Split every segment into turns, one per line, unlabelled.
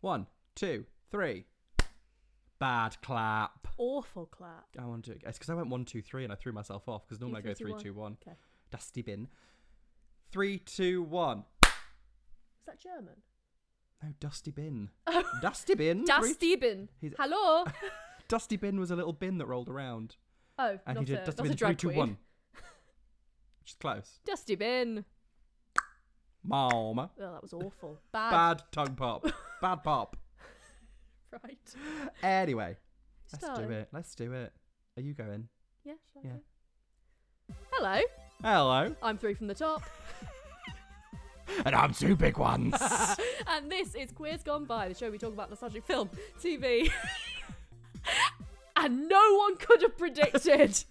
One, two, three. Bad clap.
Awful clap.
I want to. do it again. It's because I went one, two, three, and I threw myself off. Because normally I
three,
go
two,
three, two,
one.
one.
Okay.
Dusty bin. Three, two, one.
Is that German?
No, dusty bin. dusty bin. Three-
Dusty bin.
Hmm, He's-
Hello.
Dusty bin was a little bin that rolled around,
Oh,
and
not,
he did
a,
dusty
not a
bin. Three,
drag
two,
queen.
one. Which is close.
Dusty bin.
Mom.
Well, that was awful. Bad.
Bad tongue pop. Bad pop.
Right.
Anyway, let's
Starting.
do it. Let's do it. Are you going?
Yeah. shall I
Yeah.
go? Hello.
Hello.
I'm three from the top,
And I'm two big ones.
and this is Queers Gone By, the show we talk about nostalgic film, TV, and no one could have predicted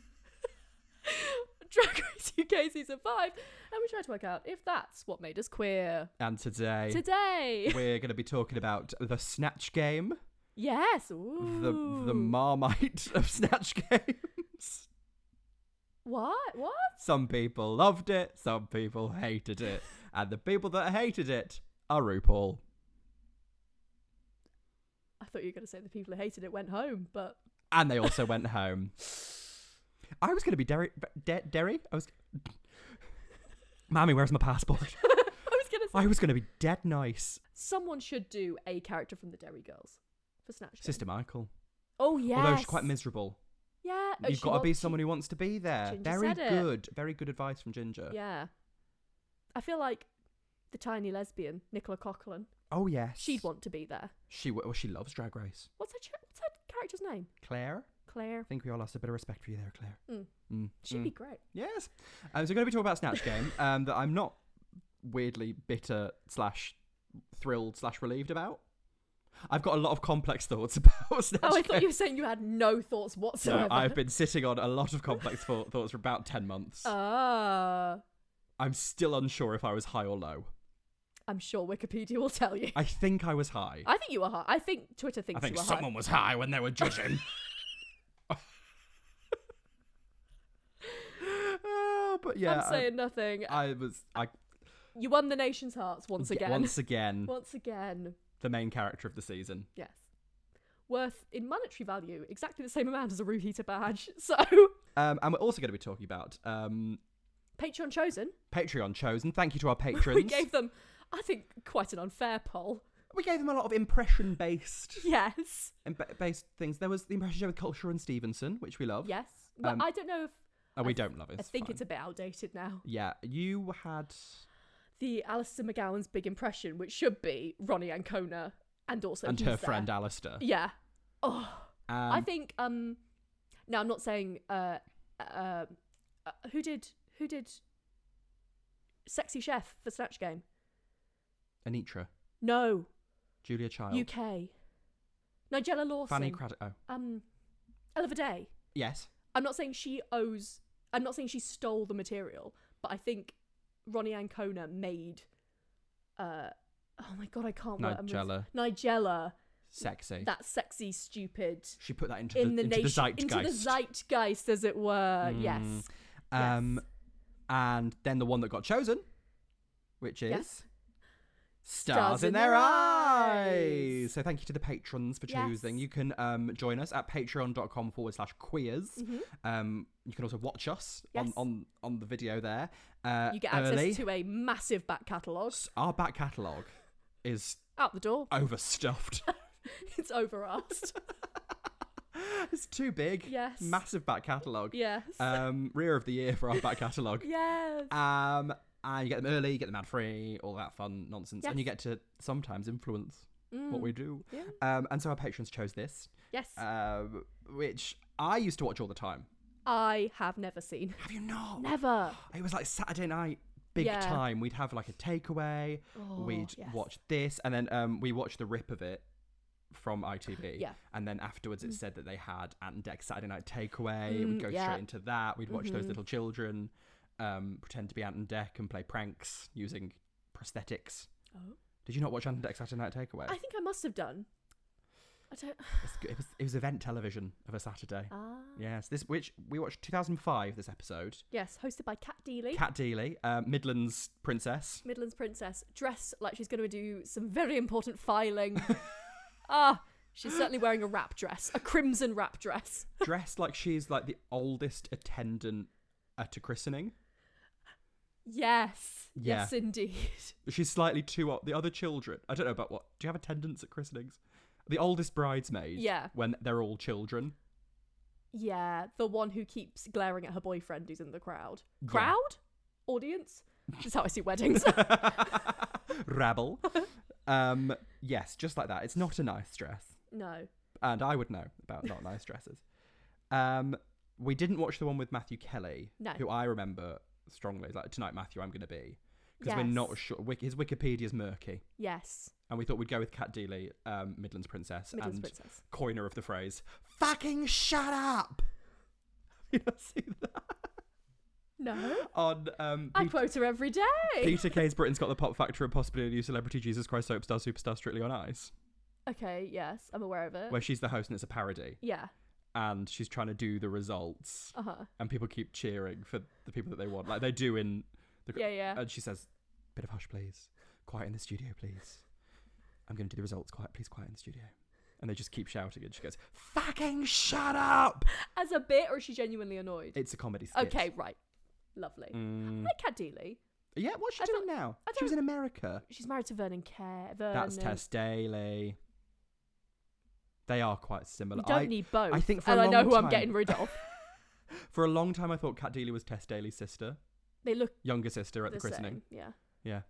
Drag Race UK season five, and we try to work out if that's what made us queer
and today,
today.
we're going to be talking about the Snatch Game,
Yes.
the, the
ooh.
Marmite of Snatch Games.
What? What?
Some people loved it, some people hated it. And the people that hated it are RuPaul.
I thought you were going to say the people who hated it went home, but
And they also went home. I was going to be Derry. De- Derry? I was. Mammy, where's my passport?
I was going to say
I was going to be dead nice.
someone should do a character from the Derry Girls for Snatch. Game.
Sister Michael.
Oh yes.
Although she's quite miserable.
Yeah. oh,
You've
she
got to be
was- she-
someone who wants to be there.
Ginger
Very
said it.
good. Very good advice from Ginger.
Yeah. I feel like the tiny lesbian Nicola Coughlin.
Oh, yes.
She'd want to be there.
She, w- well, she loves Drag Race.
What's her cha- what's her character's name?
Claire?
Claire.
I think we all lost a bit of respect for you there, Claire.
Mm.
Mm,
She'd
mm.
be great.
Yes. Um, so we're going to be talking about Snatch Game um, that I'm not weirdly bitter slash thrilled slash relieved about. I've got a lot of complex thoughts about Snatch
Oh, I
Game.
thought you were saying you had no thoughts
no,
whatsoever.
I've been sitting on a lot of complex thou- thoughts for about 10 months.
Uh. Ah.
I'm still unsure if I was high or low.
I'm sure Wikipedia will tell you.
I think I was high.
I think you were high. I think Twitter thinks
I think
you were
someone was high when they were judging. Oh, but
high.
yeah,
I'm
I-
saying nothing.
I, was I
You won the nation's hearts once
yeah,
again.
once again
Once again,
the main character of the season.
yes. Worth in monetary value exactly the same amount as a Rue Heater badge. So,
Um, and we're also going to be talking about um,
Patreon chosen.
Patreon chosen. Thank you to our patrons.
We gave them, I think, quite an unfair poll.
We gave them a lot of impression based
Yes.
based things. There was the impression show with Culture and Stevenson, which we love.
Yes. Well,
Um,
I don't know if.
and we
I th-
don't love it.
I think it's a bit outdated now.
yeah. You had
The Alistair McGowan's big impression, which should be Ronnie Ancona and also
and
he's
her
there.
friend uh, Alistair.
Yeah. Oh,
Um,
I think. Um, now I'm not saying. Uh, uh, uh, who did who did Sexy Chef for Snatch Game?
Anitra,
No,
Julia Child,
UK. Nigella Lawson.
Fanny Craddock. Oh,
um, Ella Day.
yes.
I'm not saying she owes. I'm not saying she stole the material, but I think Ronnie Ancona made. Uh, oh my god, I can't. work- I'm gonna-
Nigella.
Nigella,
Sexy.
that sexy, stupid
she put that into
in
the,
the
into the
nation,
zeitgeist. Hmm.
into the zeitgeist, as it were. Yes.
Um,
Yes.
and then the one that got chosen, which is
Yes.
Stars, in, Their, eyes. So thank you to the patrons for
Yes.
choosing. You can um, join us at patreon.com forward slash queers. Um, you can also watch us on,
Mm-hmm. Yes.
on, on the video there. Uh,
You get
early.
access to a massive back catalogue.
Our back catalogue is
Out the door.
overstuffed.
It's over us.
it's too big.
Yes.
Massive back catalogue.
yes.
Um, rear of the year for our back catalogue.
yes.
Um, and you get them early, you get them ad free, all that fun nonsense, and you get to sometimes influence what we do.
Yeah.
Um, and so our patrons chose this,
Mm. Yes.
um, which I used to watch all the time.
I have never seen.
Have you not?
Never.
It was like Saturday night, big
Yeah.
time. We'd have like a takeaway,
Oh,
we'd
yes.
watch this, and then um, we watched the rip of it from ITV.
Yeah.
And then afterwards, it said that they had Ant and Deck Saturday night takeaway. we'd
Mm,
go
yeah. Mm-hmm.
straight into that. We'd watch those little children um, pretend to be Ant and Deck and play pranks using prosthetics.
Oh.
Did you not watch Ant and Deck Saturday night takeaway?
I think I must have done. I don't.
It's good- It was, it was event television of a Saturday.
Ah.
Yes, this which we watched 2005. This episode,
Yes, hosted by Kat Deely,
Cat Deely, uh, Midlands princess.
Midlands princess, dressed like she's going to do some very important filing Ah, she's certainly wearing a wrap dress, a crimson wrap dress.
dressed like she's like the oldest attendant at a christening.
Yes.
Yeah.
Yes, indeed.
She's slightly too old. The other children, I don't know about what. Do you have attendants at christenings? The oldest bridesmaid.
Yeah.
When they're all children.
Yeah, the one who keeps glaring at her boyfriend who's in the crowd.
Yeah.
Crowd? Audience? That's how I see weddings.
Rabble. Um, yes, just like that. It's not a nice dress.
no.
And I would know about not nice dresses. Um, we didn't watch the one with Matthew Kelly,
No.
who I remember strongly. Like, tonight, Matthew, I'm going to be. Because we're not
Yes.
sure. Wik- His Wikipedia's murky.
Yes.
And we thought we'd go with Kat Deely, um, Midlands Princess,
Midlands
and
Princess.
coiner of the phrase, fucking shut up! Have you not seen that?
No.
On um,
I
Pe-
quote her every day.
Peter Kay's Britain's Got the Pop Factor and possibly a new celebrity Jesus Christ soap star superstar Strictly on Ice,
Okay, yes, I'm aware of it.
where she's the host and it's a parody.
yeah.
And she's trying to do the results.
Uh huh.
and people keep cheering for the people that they want, like they do in the.
Yeah, yeah.
And she says, "Bit of hush, please. Quiet in the studio, please. I'm going to do the results. Quiet, please. Quiet in the studio." And they just keep shouting, and she goes, "Fucking shut up!"
As a bit, or is she genuinely annoyed?
It's a comedy skit.
Okay, right. Lovely.
Mm.
Like Kat Deely.
Yeah, what's she
I
doing now?
I
She was in America.
She's married to Vernon Kerr. Vernon.
That's Tess Daly. They are quite similar.
We don't
I,
need both.
I think for
and
a
I know
long
who I'm
time-
getting rid of.
for a long time, I thought Kat Deely was Tess Daly's sister,
They look
younger sister
the,
at the, christening.
same. Yeah.
Yeah,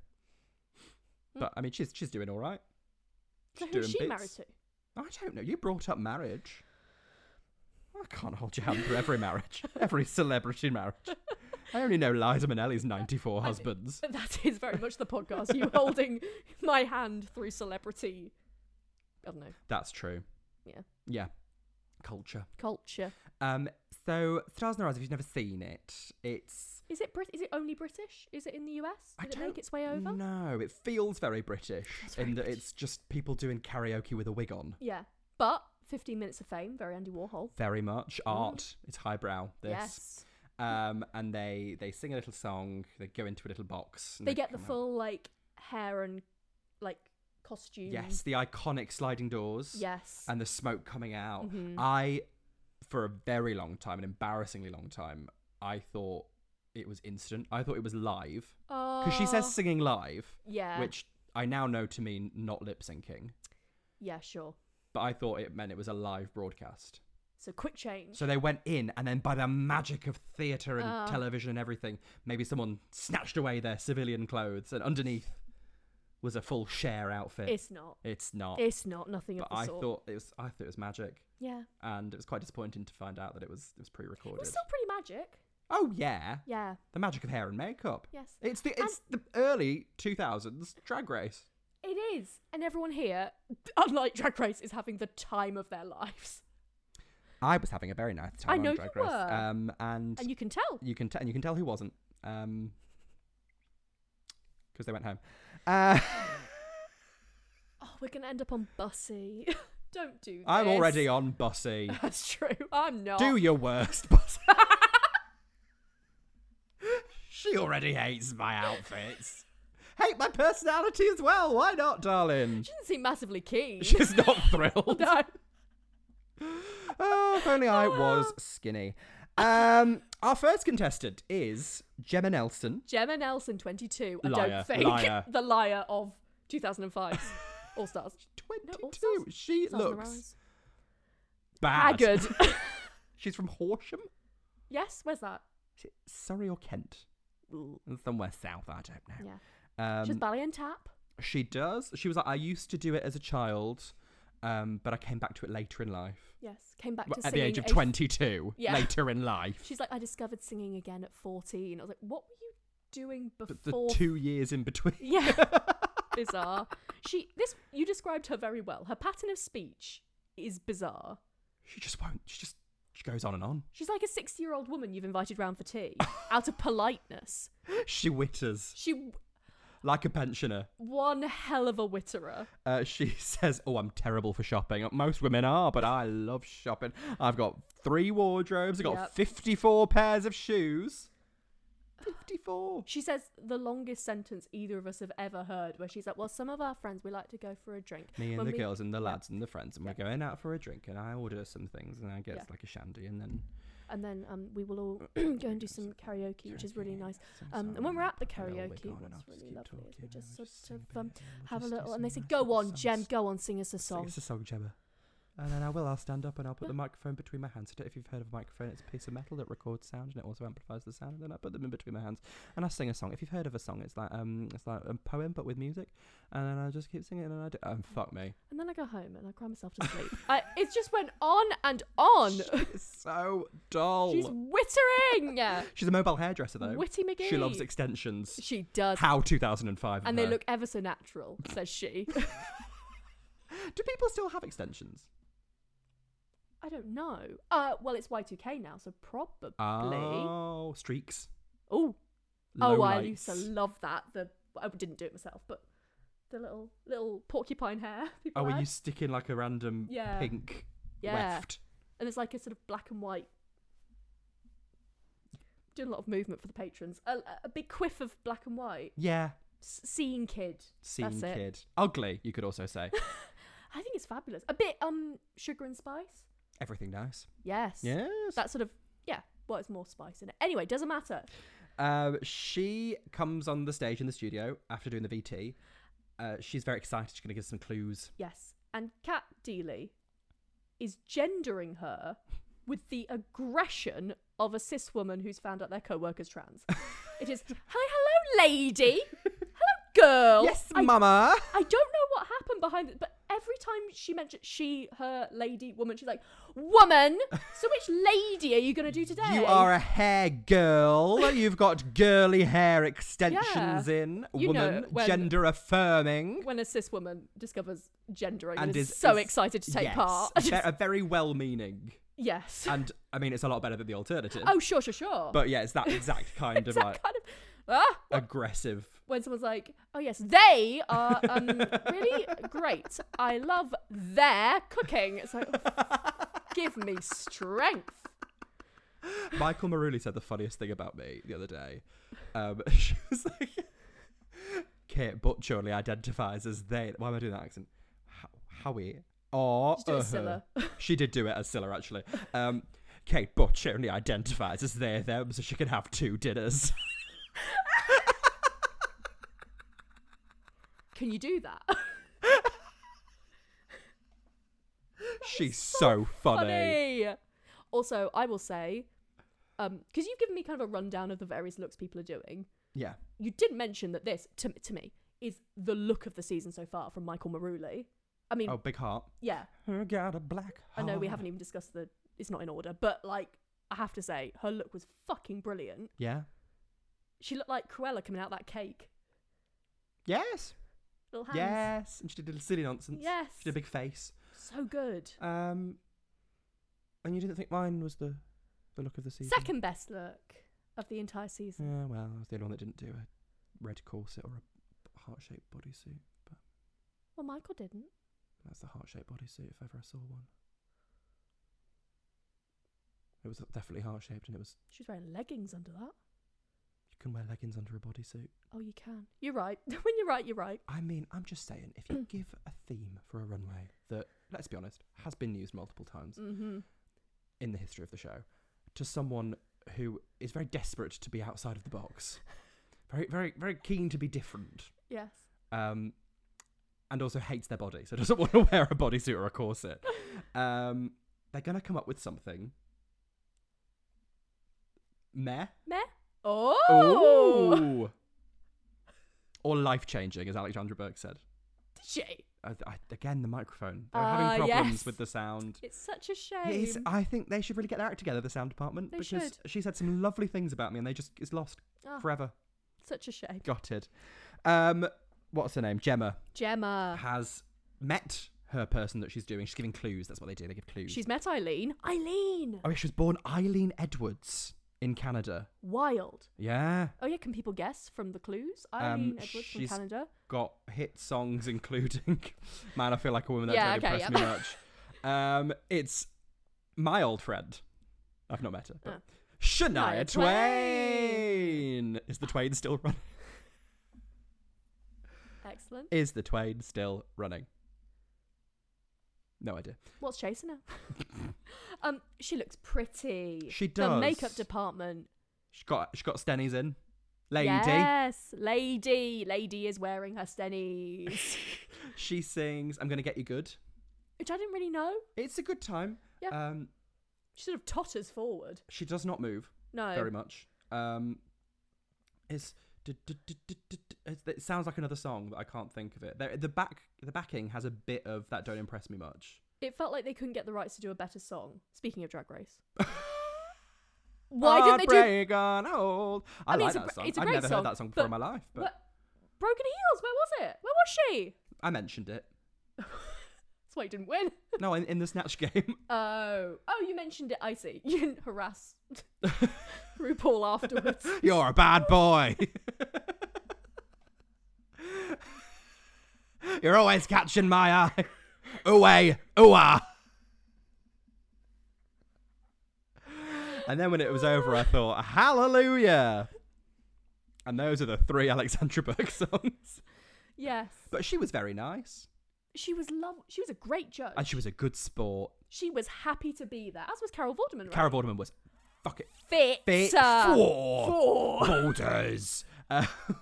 Hmm.
but I mean, she's she's doing all right. She's
So who's
doing
she
bits.
married to?
I don't know. You brought up marriage. I can't hold your hand through every marriage, every celebrity marriage. I only know Liza Minnelli's 94
I mean-
husbands.
But that is very much the podcast. You holding my hand through celebrity. I don't know
That's true.
Yeah.
Yeah. Culture.
culture.
Um. So, Stars in Their Eyes, if you've never seen it, it's.
Is it Brit? Is it only British? Is it in the US?
I
Did it
don't
make its way over?
No, it feels very British
Feels very
in that
British.
it's just people doing karaoke with a wig on.
Yeah, but 15 minutes of fame. Very Andy Warhol.
Very much art. It's highbrow. This.
Yes,
Um. And they they sing a little song. They go into a little box. and
they get the
come out.
full like hair and like costume.
Yes, the iconic sliding doors.
Yes.
and the smoke coming out.
Mhm.
I, for a very long time, an embarrassingly long time, I thought it was instant. I thought it was live because uh, she
Oh,
says singing live,
yeah,
which I now know to mean not lip syncing.
yeah, sure.
But I thought it meant it was a live broadcast.
So quick change.
So they went in, and then by the magic of theatre and
Oh.
television and everything, maybe someone snatched away their civilian clothes, and underneath was a full share outfit.
it's not.
It's not.
It's not. Nothing
but
of the
I
sort.
thought it was. I thought it was magic.
yeah,
and it was quite disappointing to find out that it was it was
it
pre-recorded.
was still pretty magic.
Oh yeah,
Yeah.
the magic of hair and makeup.
Yes.
It's the it's the early 2000s drag race.
It is. And everyone here, unlike Drag Race, is having the time of their lives.
I was having a very nice time
I know
on
you
Drag Race,
were.
um, and,
And you can tell.
you can t- and you can tell who wasn't, um, because they went home. Uh,
Oh, we're going to end up on Bussy. Don't do this.
I'm already on Bossy.
That's true. I'm not.
Do your worst, Bossy. she already hates my outfits. Hate my personality as well. Why not, darling?
She doesn't seem massively keen.
She's not thrilled.
no.
Oh, if only I was skinny. Um, our first contestant is Gemma Nelson.
Gemma Nelson, 22. I
Liar.
don't think.
Liar.
The liar of 2005 All Stars.
22.
stars-
she
Stars in the
looks
Rise.
bad.
Haggard.
She's from Horsham?
yes, where's that?
Is it Surrey or Kent? Somewhere south, I don't know.
Yeah.
Um,
She does ballet and tap.
she does. She was like, I used to do it as a child, um, but I came back to it later in life.
Yes. Came back
Well,
to
At the
singing
age of
a-
22,
Yeah.
later in life.
She's like, I discovered singing again at 14. I was like, what were you doing
But
before
the two years in between.
Yeah. bizarre. She this you described her very well. Her pattern of speech is bizarre.
She just won't. She just she goes on and on.
She's like a 60-year-old woman you've invited round for tea out of politeness.
She witters
She
like a pensioner.
one hell of a witterer.
Uh, she says, "Oh, I'm terrible for shopping. Most women are, but I love shopping. I've got three wardrobes. I've got
Yep.
54 pairs of shoes. 54.
She says the longest sentence either of us have ever heard, where she's like, "Well, some of our friends we like to go for a drink."
Me and
When
the
we-
girls and the
yeah.
lads and the friends, and
Yeah.
we're going out for a drink, and I order some things, and I get
Yeah.
like a shandy, and then
And then um, we will all go and do some karaoke, which is really
Karaoke,
nice.
yeah,
Um,
sing
and when we're
some,
at the
a little
karaoke,
wiggle on and
what's
off, just
really
keep
lovely is we
talking,
just
and
sort
sing a
of,
bit,
um,
and we'll
Have a
just do
little,
some
and they said,
nice
"Go
little
on,
songs.
Jen, go on, sing us a
Sing
song."
us a song, Gemma. And then I will. I'll stand up and I'll put the
Yeah.
microphone between my hands. I don't know if you've heard of a microphone. It's a piece of metal that records sound and it also amplifies the sound. And then I put them in between my hands and I sing a song. If you've heard of a song, it's like um, it's like a poem but with music. And then I just keep singing and I do. Um, fuck me.
And then I go home and I cry myself to sleep. I, it just went on and on.
It's so dull.
She's
She's,
wittering. Yeah.
a mobile hairdresser though.
Witty McGee.
She loves extensions.
She does.
How 2005. of
and they
her.
look ever so natural, says she.
Do people still have extensions?
I don't know. Uh, well, it's Y2K now, so probably.
Uh, Oh, streaks.
oh,
low
oh, I used to
lights.
love that. The I didn't do it myself, but the little little porcupine hair. people
Oh, were
had.
you sticking like a random
Yeah.
pink
yeah.
weft?
and it's like a sort of black and white. Doing a lot of movement for the patrons. A, a big quiff of black and white.
Yeah.
S- seeing kid.
Scene
That's it.
kid. Ugly, you could also say.
I think it's fabulous. A bit um sugar and spice.
Everything nice.
Yes.
Yes.
That sort of yeah. Well, it's more spice in it. Anyway, doesn't matter.
Um, she comes on the stage in the studio after doing the VT. Uh, she's very excited. She's going to give some clues.
Yes. And Kat Deely is gendering her with the aggression of a cis woman who's found out their co-worker's trans. it is hi, hello, lady. Hello, girl.
yes,
I,
mama.
I don't know what happened behind it, but every time she mentioned she, her, lady, woman, she's like, woman. so which lady are you going to do today?
You are a hair girl. You've got girly hair extensions in.
You know,
Woman,
when-
gender affirming.
when a cis woman discovers gendering and,
And
is,
is-
so
is-
excited to take
yes,
part.
a ve- a very well meaning.
yes.
And I mean, it's a lot better than the alternative.
Oh, sure, sure, sure.
But yeah, it's that exact kind
It's
of
that
like
kind of ah,
aggressive.
when someone's like, "Oh yes, they are um, really great. I love their cooking." It's like, give me strength.
Michael Maruli said the funniest thing about me the other day. Um, she was like, Kate Butch only identifies as they. Why am I doing that accent? How, Howie. Or
Just do it,
uh-huh.
Scylla.
She did do it as Scylla, actually. Um, Kate Butch only identifies as they, them, so she can have two dinners.
Can you do that?
She's so, funny.
Funny. Also, I will say, um, because you've given me kind of a rundown of the various looks people are doing.
Yeah.
You did mention that this to to me is the look of the season so far from Michael Maruli. I mean,
Oh, big heart.
yeah,
I got a black
I know Oh, we
heart.
haven't even discussed the. It's not in order, but like I have to say, her look was fucking brilliant.
Yeah.
She looked like Cruella coming out that cake.
Yes.
Little hands.
Yes. And she did a little silly nonsense.
Yes.
She did a big face.
So good.
Um, and you didn't think mine was the the look of the season.
Second best look of the entire season.
Yeah, well, I was the only one that didn't do a red corset or a heart shaped bodysuit.
Well, Michael didn't.
That's the heart shaped bodysuit if ever I saw one. It was definitely heart shaped, and it was
She was wearing leggings under that.
you can wear leggings under a bodysuit.
Oh, you can. You're right. when you're right, you're right.
I mean, I'm just saying, if you give a theme for a runway that, let's be honest, has been used multiple times
Mm-hmm.
in the history of the show, to someone who is very desperate to be outside of the box, very, very, very keen to be different.
Yes.
um, and also hates their body, so doesn't want to wear a bodysuit or a corset. Um, they're gonna come up with something. Meh.
Oh!
Ooh. Or life changing, as Alexandra Burke said.
Did she?
I, I, again, the microphone. They're
Ah,
having problems
yes.
with the sound.
It's such a shame.
It is- I think they should really get their act together, the sound department,
They
because she said some lovely things about me, and they just it's lost
Ah,
forever.
such a shame.
Gutted. Um, what's her name? Gemma
Gemma.
has met her person that she's doing. She's giving clues. That's what they do. They give clues.
She's met Eileen. Eileen!
oh, yeah, she was born Eileen Edwards in Canada.
Wild.
Yeah,
Oh, yeah. Can people guess from the clues?
Um,
Eileen Edwards from
she's-
Canada.
got hit songs including. Man, I feel like a woman. That
Yeah,
don't
okay,
impress me much. Um, it's my old friend. I've not met her. But
Ah.
Shania
Shania Twain.
Twain. one is the Twain still running?
Excellent.
Is the Twain still running? No idea.
What's chasing her? um, she looks pretty.
She
The
does.
makeup department.
She got she got Stennies in. Lady.
Yes, lady. Lady is wearing her stennies,
She sings I'm gonna get you good.
which I didn't really know.
It's a good time.
Yeah.
Um
She sort of totters forward.
she does not move
No.
very much. Um it's du- du- du- du- du- du- it's- it sounds like another song, but I can't think of it. There, the back, the backing has a bit of that. Don't impress me much.
It felt like they couldn't get the rights to do a better song. Speaking of Drag Race. Why didn't they do
Heartbreak on hold. I,
I mean,
like
it's a
that
gr-
song.
it's a
I've
great
never
song,
heard that song before in my
but
life, but
what- Broken Heels? Where was it? Where was she?
I mentioned it.
That's why you didn't win.
No, in, in the snatch game.
Oh. Oh, you mentioned it, I see. You didn't harass RuPaul afterwards.
You're a bad boy. You're always catching my eye. Away, ooh And then when it was over, I thought, Hallelujah. And those are the three Alexandra Burke songs.
yes.
But she was very nice.
She was love she was a great judge.
And she was a good sport.
she was happy to be there, as was Carol Vorderman, right?
Carol Vorderman was fuck it.
Fit.
Fit
uh,
for
four.
boulders. Uh,
So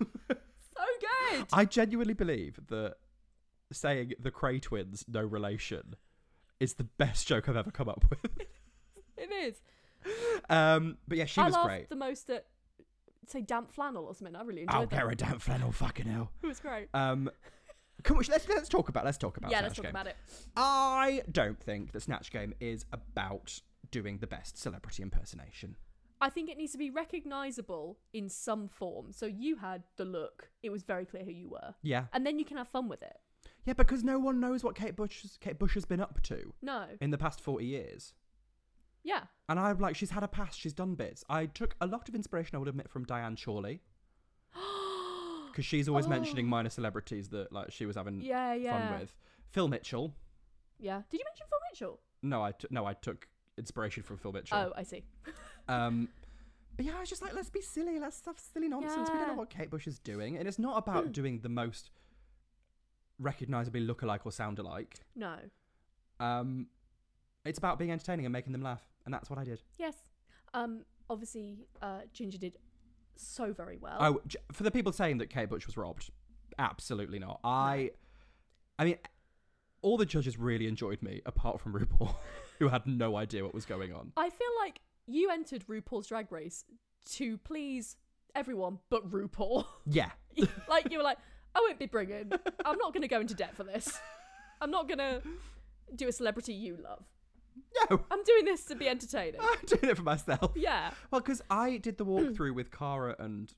good.
I genuinely believe that saying the Cray twins, no relation, is the best joke I've ever come up with.
It is.
Um, but yeah, she
I
was
laughed
great. Oh,
the most at say damp flannel or something. I really enjoyed
I'll
that.
get her damn flannel, fucking hell.
It was great.
Um, come on, let's let's talk about let's talk about
yeah,
Snatch
let's talk
Game.
about it.
I don't think that Snatch Game is about doing the best celebrity impersonation.
I think it needs to be recognizable in some form. So you had the look; it was very clear who you were,
Yeah,
and then you can have fun with it.
yeah, because no one knows what Kate Bush Kate Bush has been up to
No,
in the past forty years.
yeah,
And I'm like, she's had a past, she's done bits. I took a lot of inspiration, I would admit, from Diane Chorley. Because she's always mentioning
Oh.
minor celebrities that like she was having
yeah, yeah,
Mm. fun with. Phil Mitchell.
yeah. Did you mention Phil Mitchell?
No, I t- no, I took inspiration from Phil Mitchell.
Oh, I see.
Um, but yeah, I was just like, let's be silly, let's have silly nonsense. We don't know
Yeah.
what Kate Bush is doing, and it's not about doing the most recognizably look-alike or sound-alike.
No,
Um, it's about being entertaining and making them laugh, and that's what I did.
yes. Um, obviously, uh, Ginger did so very well.
Oh, j- for the people saying that Kate Butch was robbed, absolutely not. I, I mean, all the judges really enjoyed me, apart from RuPaul, who had no idea what was going on.
I feel like you entered RuPaul's Drag Race to please everyone but RuPaul.
Yeah,
like you were like, I won't be bringing. I'm not going to go into debt for this. I'm not going to do a celebrity you love.
no,
I'm doing this to be entertaining.
I'm doing it for myself.
Yeah.
Well, because I did
Hmm.
the walkthrough with Cara and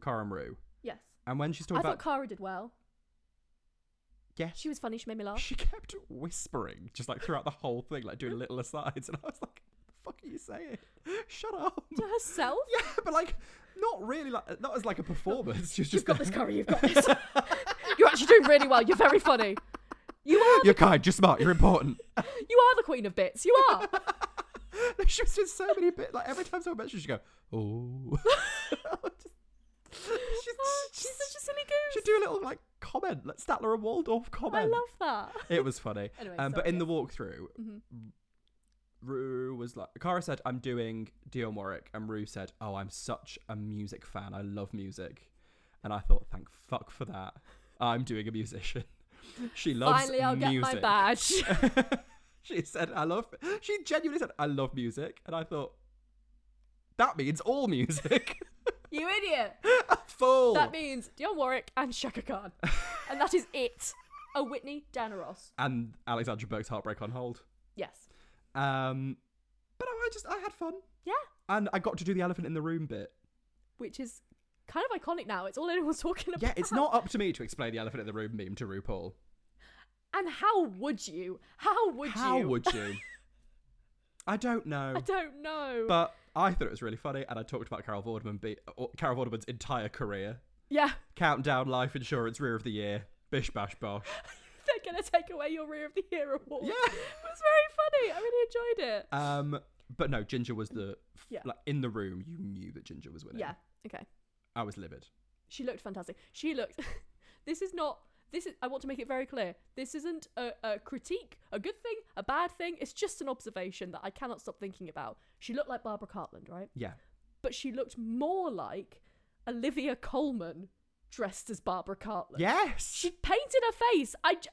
Cara and Rue,
Yes.
and when she's
I
talking about
thought Cara did well.
yeah,
She was funny. She made me laugh.
she kept whispering just like throughout the whole thing, like
Hmm.
doing little asides, and I was like, "What the fuck are you saying? Shut up!"
To herself.
Yeah, but like, not really, like not as like a performance. She's
You've
just
got this, Cara. You've got this. You're actually doing really well. You're very funny. You are.
You're kind, you're smart, you're important.
You are the queen of bits. You are.
she was just so many bit like every time someone mentioned, she'd go, oh. she's,
Oh, she's such a silly
she'd
goose.
do a little like comment, like Statler and Waldorf comment.
I love that.
it was funny.
Anyway,
Um, but
sorry,
in the
yes.
walkthrough,
Mhm.
Rue was like, Cara said, I'm doing Dion Warwick. And Rue said, Oh, I'm such a music fan. I love music. And I thought, Thank fuck for that. I'm doing a musician. She loves
Finally, I'll
music.
get my badge.
she said, I love, she genuinely said, I love music. And I thought, that means all music.
you idiot.
Full.
That means Dionne Warwick and Shaka Khan. and that is it. A Whitney Danaros.
and Alexandra Burke's heartbreak on hold.
Yes.
Um, but I I just, I had fun.
Yeah.
And I got to do the elephant in the room bit.
Which is kind of iconic now. It's all anyone's talking about.
Yeah, it's not up to me to explain the elephant in the room meme to RuPaul.
And how would you? How would
How
you?
would you? I don't know.
I don't know.
but I thought it was really funny, and I talked about Carol Vorderman, be- or Carol Vorderman's entire career.
yeah,
Countdown, life insurance, rear of the year, bish bash bosh.
they're gonna take away your Rear of the Year award.
Yeah.
it was very funny. I really enjoyed
Uh,
it.
Um, but no, Ginger was the
Yeah.
like in the room. You knew that Ginger was winning.
yeah. Okay.
I was livid.
She looked fantastic. She looked. this is not. This is. I want to make it very clear. This isn't a, a critique, a good thing, a bad thing. It's just an observation that I cannot stop thinking about. She looked like Barbara Cartland, right?
Yeah.
But she looked more like Olivia Colman dressed as Barbara Cartland.
Yes.
She painted her face. I, j-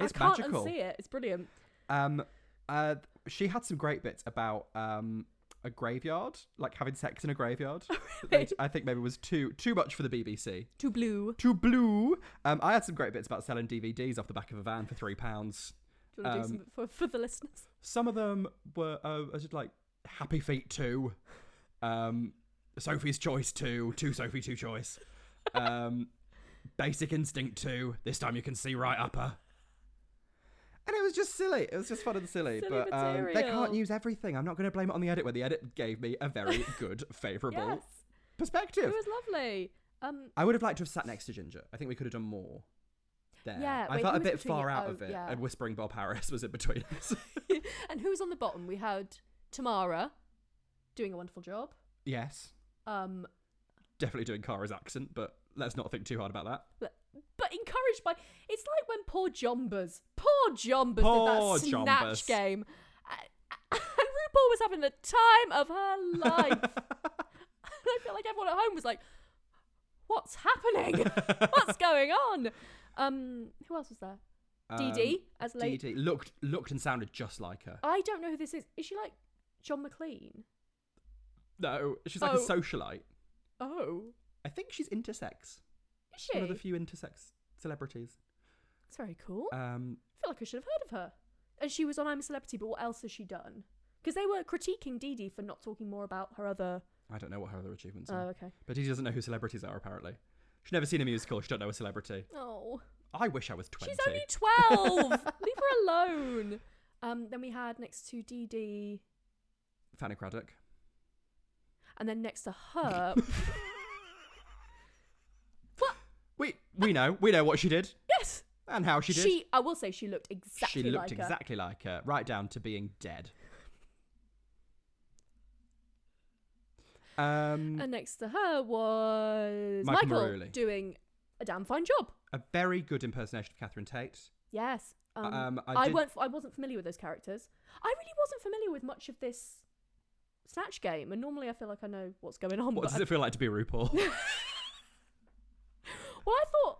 I
it's
can't
magical.
unsee it. It's brilliant.
Um, uh, she had some great bits about um a graveyard, like having sex in a graveyard.
Really?
Which I think maybe was too too much for the BBC.
Too blue.
Too blue. Um, I had some great bits about selling DVDs off the back of a van for three pounds.
Do you want to
Um,
do some for, for the listeners?
Some of them were uh, I just like Happy Feet Two, um, Sophie's Choice Two, Two Sophie Two Choice, um, Basic Instinct Two. This time you can see right upper. And it was just silly. It was just fun and silly.
Silly
but um, they can't
material.
use everything. I'm not going to blame it on the edit, where the edit gave me a very good, favourable
Yes. It
perspective.
was lovely. Um,
I would have liked to have sat next to Ginger. I think we could have done more. There.
Yeah,
I
wait,
felt
who
a
was
bit
between you?
far out
Oh,
of it,
yeah.
and whispering Bob Harris was in between us.
and who was on the bottom? We had Tamara doing a wonderful job.
yes.
Um,
definitely doing Kara's accent, but let's not think too hard about that.
but but encouraged by it's like when poor Jombas, poor Jombas
Poor
did that snatch
Jombas.
game. I- I- And RuPaul was having the time of her life. and I feel like everyone at home was like, "What's happening? What's going on?" Um, who else was there?
Um,
DD as late.
DD looked looked and sounded just like her.
I don't know who this is. Is she like John McLean?
No, she's like
Oh.
a socialite.
Oh,
I think she's intersex.
is she?
One of the few intersex celebrities.
It's very cool.
Um,
I feel like I should have heard of her. And she was on I'm a Celebrity, but what else has she done? Because they were critiquing Dee Dee for not talking more about her other.
I don't know what her other achievements
Oh,
are,
okay.
but he doesn't know who celebrities are. Apparently, she's never seen a musical. She don't know a celebrity.
Oh,
I wish I was twenty.
she's only twelve. Leave her alone. Um, then we had next to Dee Dee,
Fanny Craddock.
and then next to her. Uh, What?
We we know we know what she did
yes,
and how she
she,
did.
I will say she looked exactly
she looked
like her.
exactly like her, right down to being dead. Um,
And next to her was
Michael
Michael,
Marulli.
doing a damn fine job.
a very good impersonation of Catherine Tate.
Yes. Um,
Um, I
I,
did-
weren't. I wasn't familiar with those characters. I really wasn't familiar with much of this snatch game, and normally I feel like I know what's going on.
What
but
does
I-
it feel like to be RuPaul?
well, I thought,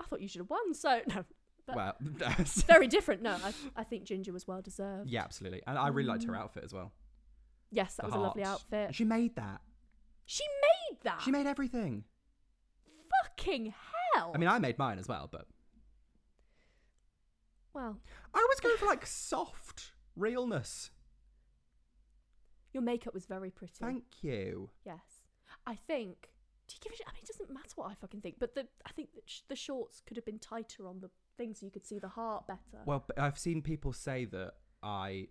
I thought you should have won. So no, But-
well,
very different. No, I, I think Ginger was well deserved.
yeah, absolutely. And I really liked her outfit as well.
Yes, Mm. that
The
was a lovely
heart.
outfit. She,
She made that.
made that.
She made everything.
fucking hell.
I mean, I made mine as well, but
well,
I was going for like soft realness.
your makeup was very pretty.
Thank you.
yes, I think. Do you give a shit? I mean, it doesn't matter what I fucking think, but the I think that sh- the shorts could have been tighter on the thing so you could see the heart better.
Well, b- I've seen people say that I,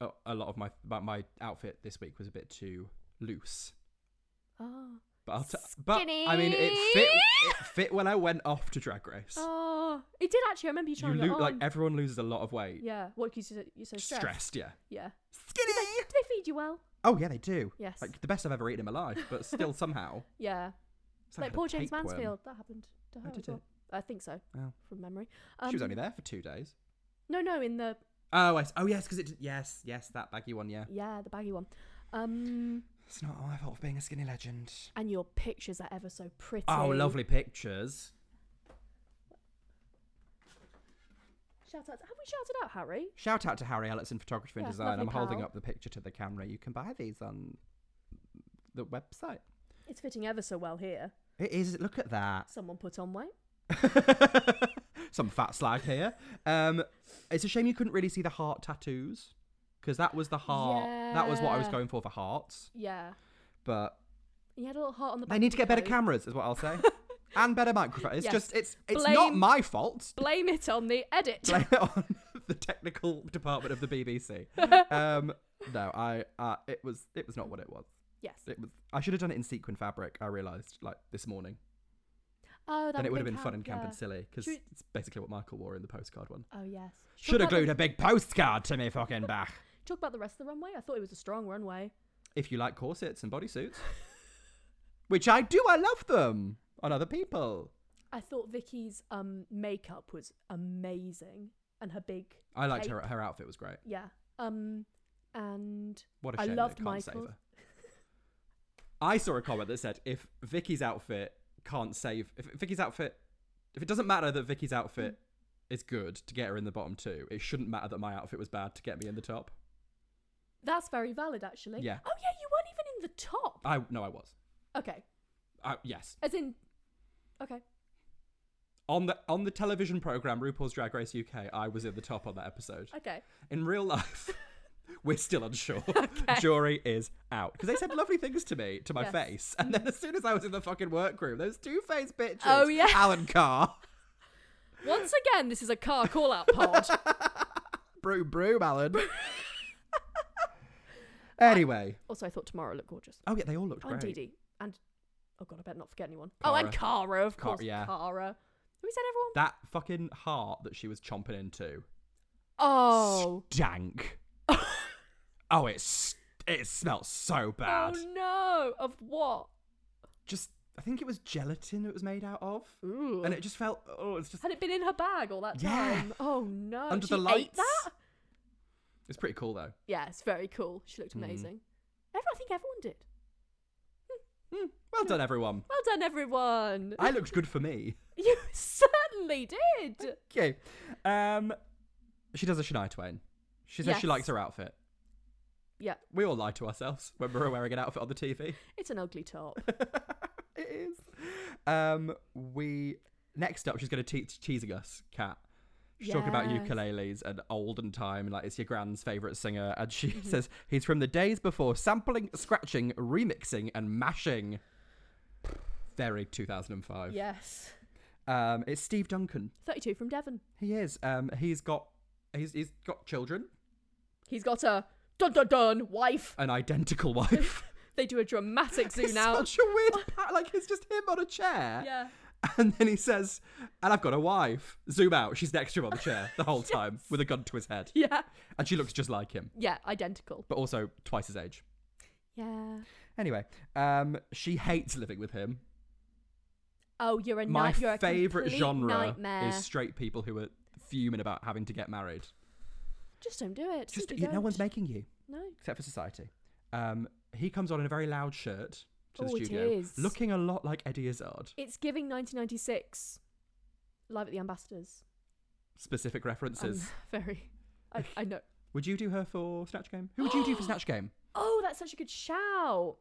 a, a lot of my my- my outfit this week was a bit too loose.
oh.
But I'll t- but I mean, it fit
Skinny?
it fit when I went off to Drag Race.
Oh, it did actually. I remember you
you
trying to
lo-
on.
like everyone loses a lot of weight.
yeah, what? Cause you're so- you're so stressed.
Stressed, yeah.
Yeah.
Skinny.
Do they feed you well?
Oh yeah, they do.
Yes.
Like the best I've ever eaten in my life, but still somehow.
yeah.
it's
Like,
I had a
poor James
tapeworm.
Mansfield. That happened to her.
did
as well. I think so.
Oh.
From memory.
she was
Um,
only there for two days.
No, no, in the
Oh, I s oh yes, because it. Yes, yes, that baggy one. Yeah.
yeah, the baggy one. Um,
It's not my fault for being a skinny legend.
and your pictures are ever so pretty.
Oh, lovely pictures.
Shout out! Have we shouted out Harry?
Shout out to Harry Ellison Photography and
Yeah,
Design.
lovely
I'm holding
pal.
up the picture to the camera. You can buy these on the website.
It's fitting ever so well here.
It is. Look at that.
Someone put on weight.
Some fat slag here. Um, it's a shame you couldn't really see the heart tattoos because that was the heart. That was what I was
Yeah.
going for for hearts.
Yeah.
But
You had a little heart on the. back
they need
of
to
your
get better
coat.
cameras, is what I'll say, and better microphones. It's
Yes.
just it's it's
Blame-
not my fault.
Blame it on the edit.
Blame it on the technical department of the BBC. Um, no, I uh, it was it was not what it was.
yes.
It was I should have done it in sequin fabric. I realised like this morning.
Oh, that
then it would have been
camp,
fun and camp
yeah.
and silly because
Should-
it's basically what Michael wore in the postcard one.
Oh yes. Talk
Should have
about the-
glued a big postcard to me fucking back.
Talk about the rest of the runway. I thought it was a strong runway.
If you like corsets and bodysuits, Which I do. I love them on other people.
I thought Vicky's um makeup was amazing and her big
I liked
Tape.
her. Her outfit was great.
yeah. Um and
What a
I
shame.
loved
that it can't save
Michael.
her. I saw a comment that said if Vicky's outfit can't save, if Vicky's outfit, if it doesn't matter that Vicky's outfit is good to get her in the bottom two, it shouldn't matter that my outfit was bad to get me in the top.
That's very valid actually.
Yeah.
Oh yeah, you weren't even in the top.
I no, I was.
Okay.
I, Uh, yes,
As in Okay.
on the on the television program RuPaul's Drag Race UK, I was in the top on that episode.
Okay.
In real life, we're still unsure. Jury is out because they said lovely things to me to my
Yes.
face, and then as soon as I was in the fucking workroom, those two face bitches.
Oh, yeah.
Alan Carr,
Once again, this is a car call out pod.
broom broom Alan. anyway,
also I thought tomorrow looked gorgeous.
oh yeah, they all looked
Oh, and
great.
Dee And oh god, I better not forget anyone. Oh and Cara, of
Cara,
course.
yeah.
Cara. Who said everyone?
That fucking heart that she was chomping into.
Oh.
Dank. oh, it's it smelled so bad.
Oh no. Of what?
Just I think it was gelatin it was made out of.
Ooh.
And it just felt oh, it's just
Had it been in her bag all that
Yeah.
time? Oh no.
Under
she
the
ate that?
lights. It's pretty cool though.
Yeah, it's very cool. She looked
Mm.
amazing. Everyone, I think everyone did.
Hmm, well done, everyone.
Well done, everyone.
I looked good for me.
you certainly did.
Okay. Um, she does a Shania Twain. She says she
Yes.
likes her outfit.
Yeah.
We all lie to ourselves when we're wearing an outfit on the TV.
It's an ugly top.
it is. Um, we next up, she's going to teach cheesing us, Kat. She's talking about
Yes.
ukuleles and olden time, like it's your grand's favorite singer, and she says he's from the days before sampling, scratching, remixing, and mashing. Very 2005.
yes.
Um, it's Steve Duncan.
32 from Devon.
He is. Um, he's got he's he's got children,
He's got a dun dun dun wife.
an identical wife.
They do a dramatic
It's
zoom out.
Such a weird, pa- like it's just him on a chair.
Yeah.
And then he says, and I've got a wife. Zoom out. She's next to him on the chair the whole time with a gun to his head.
Yeah.
And she looks just like him,
Yeah, identical.
but also twice his age.
Yeah.
Anyway, um, she hates living with him.
Oh, you're a
My
night. You're a
favourite
complete
genre
nightmare.
is straight people who are fuming about having to get married.
Just don't do it.
Just
Simply
you, no
don't.
one's making you
No.
except for society. Um, he comes on in a very loud shirt to
Oh,
the
it
studio,
is.
looking a lot like Eddie Izzard.
It's giving 1996. Live at the Ambassadors.
Specific
Um,
references.
very. I, I know.
would you do her for Snatch Game? Who would you do for Snatch Game?
Oh, that's such a good shout.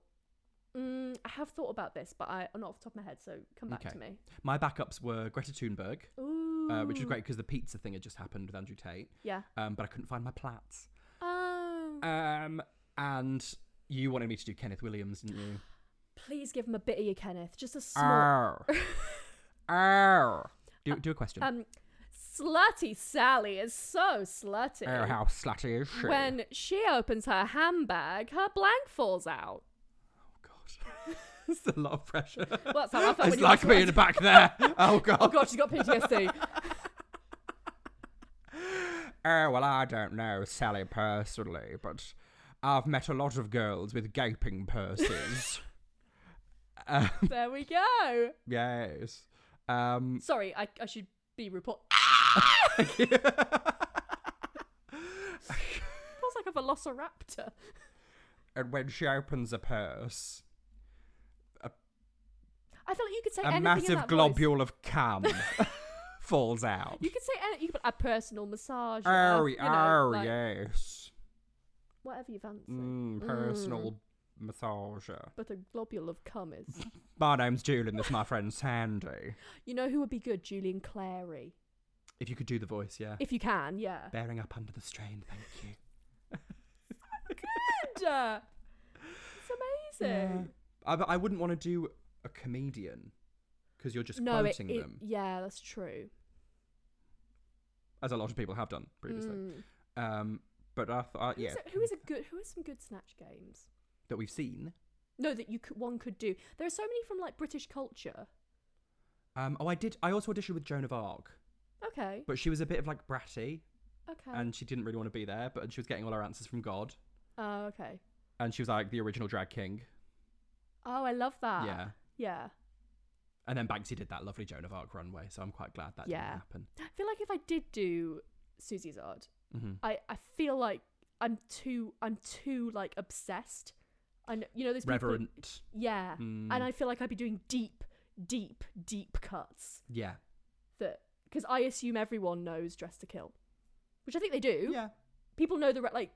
Mm, I have thought about this, but I, I'm not off the top of my head, so come back
Okay.
to me.
My backups were Greta Thunberg.
Ooh.
uh, which is great because the pizza thing had just happened with Andrew Tate,
Yeah.
um, but I couldn't find my plats.
Oh.
Um, and you wanted me to do Kenneth Williams, didn't you?
Please give him a bit of you, Kenneth. Just a small.
Arr. Arr. Do, do a question.
um, slutty Sally is so slutty.
Arr, Oh, how slutty is she?
uh, when she opens her handbag, her blank falls out.
Oh, God. it's a lot of pressure.
Well, that's how I felt
it's
when
like
you were
being back there. Oh, God.
Oh god, she's got PTSD.
Oh, well, I don't know Sally personally, but I've met a lot of girls with gaping purses. um,
there we go.
yes. Um,
Sorry, I, I should be report. Feels like a velociraptor.
and when she opens a purse,
I feel like you could say
a
anything in
massive
that voice.
globule of cam falls out.
You could say any, you could put a personal massage.
Oh,
or, you know,
oh,
like,
yes.
Whatever you fancy.
Mm, personal massager.
But a globule of cum is.
My name's Julian, this is my friend Sandy.
You know who would be good? Julian Clary.
If you could do the voice, yeah.
If you can, yeah.
Bearing up under the strain, thank you.
Good. uh, It's amazing.
I, but I wouldn't want to do a comedian because you're just
no, it,
quoting
it-
them,
yeah, that's true.
as a lot of people have done previously.
Mm.
Um, but I thought,
Who's
yeah,
a- who is a good? Who is some good snatch games?
that we've seen.
No, that you could, one could do. There are so many from like British culture.
Um, oh, I did. I also auditioned with Joan of Arc,
Okay.
but she was a bit of like bratty,
Okay.
and she didn't really want to be there. But she was getting all her answers from God,
oh, okay.
and she was like the original drag king.
Oh, I love that.
Yeah.
Yeah.
And then Banksy did that lovely Joan of Arc runway, so I'm quite glad that
Yeah.
didn't happen.
I feel like if I did do Susie's art,
hmm
I, I feel like I'm too I'm too like obsessed. I know, you know those people-
Reverent.
yeah.
Mm,
And I feel like I'd be doing deep, deep, deep cuts
yeah.
that because I assume everyone knows Dress to Kill, which I think they do.
Yeah.
People know the re- like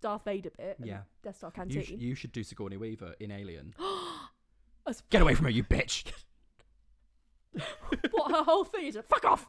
Darth Vader bit. and
Yeah.
Death Star
You,
Canteen.
sh- you should do Sigourney Weaver in Alien.
As-
Get away from her, you bitch!
what her whole thing is? Fuck off.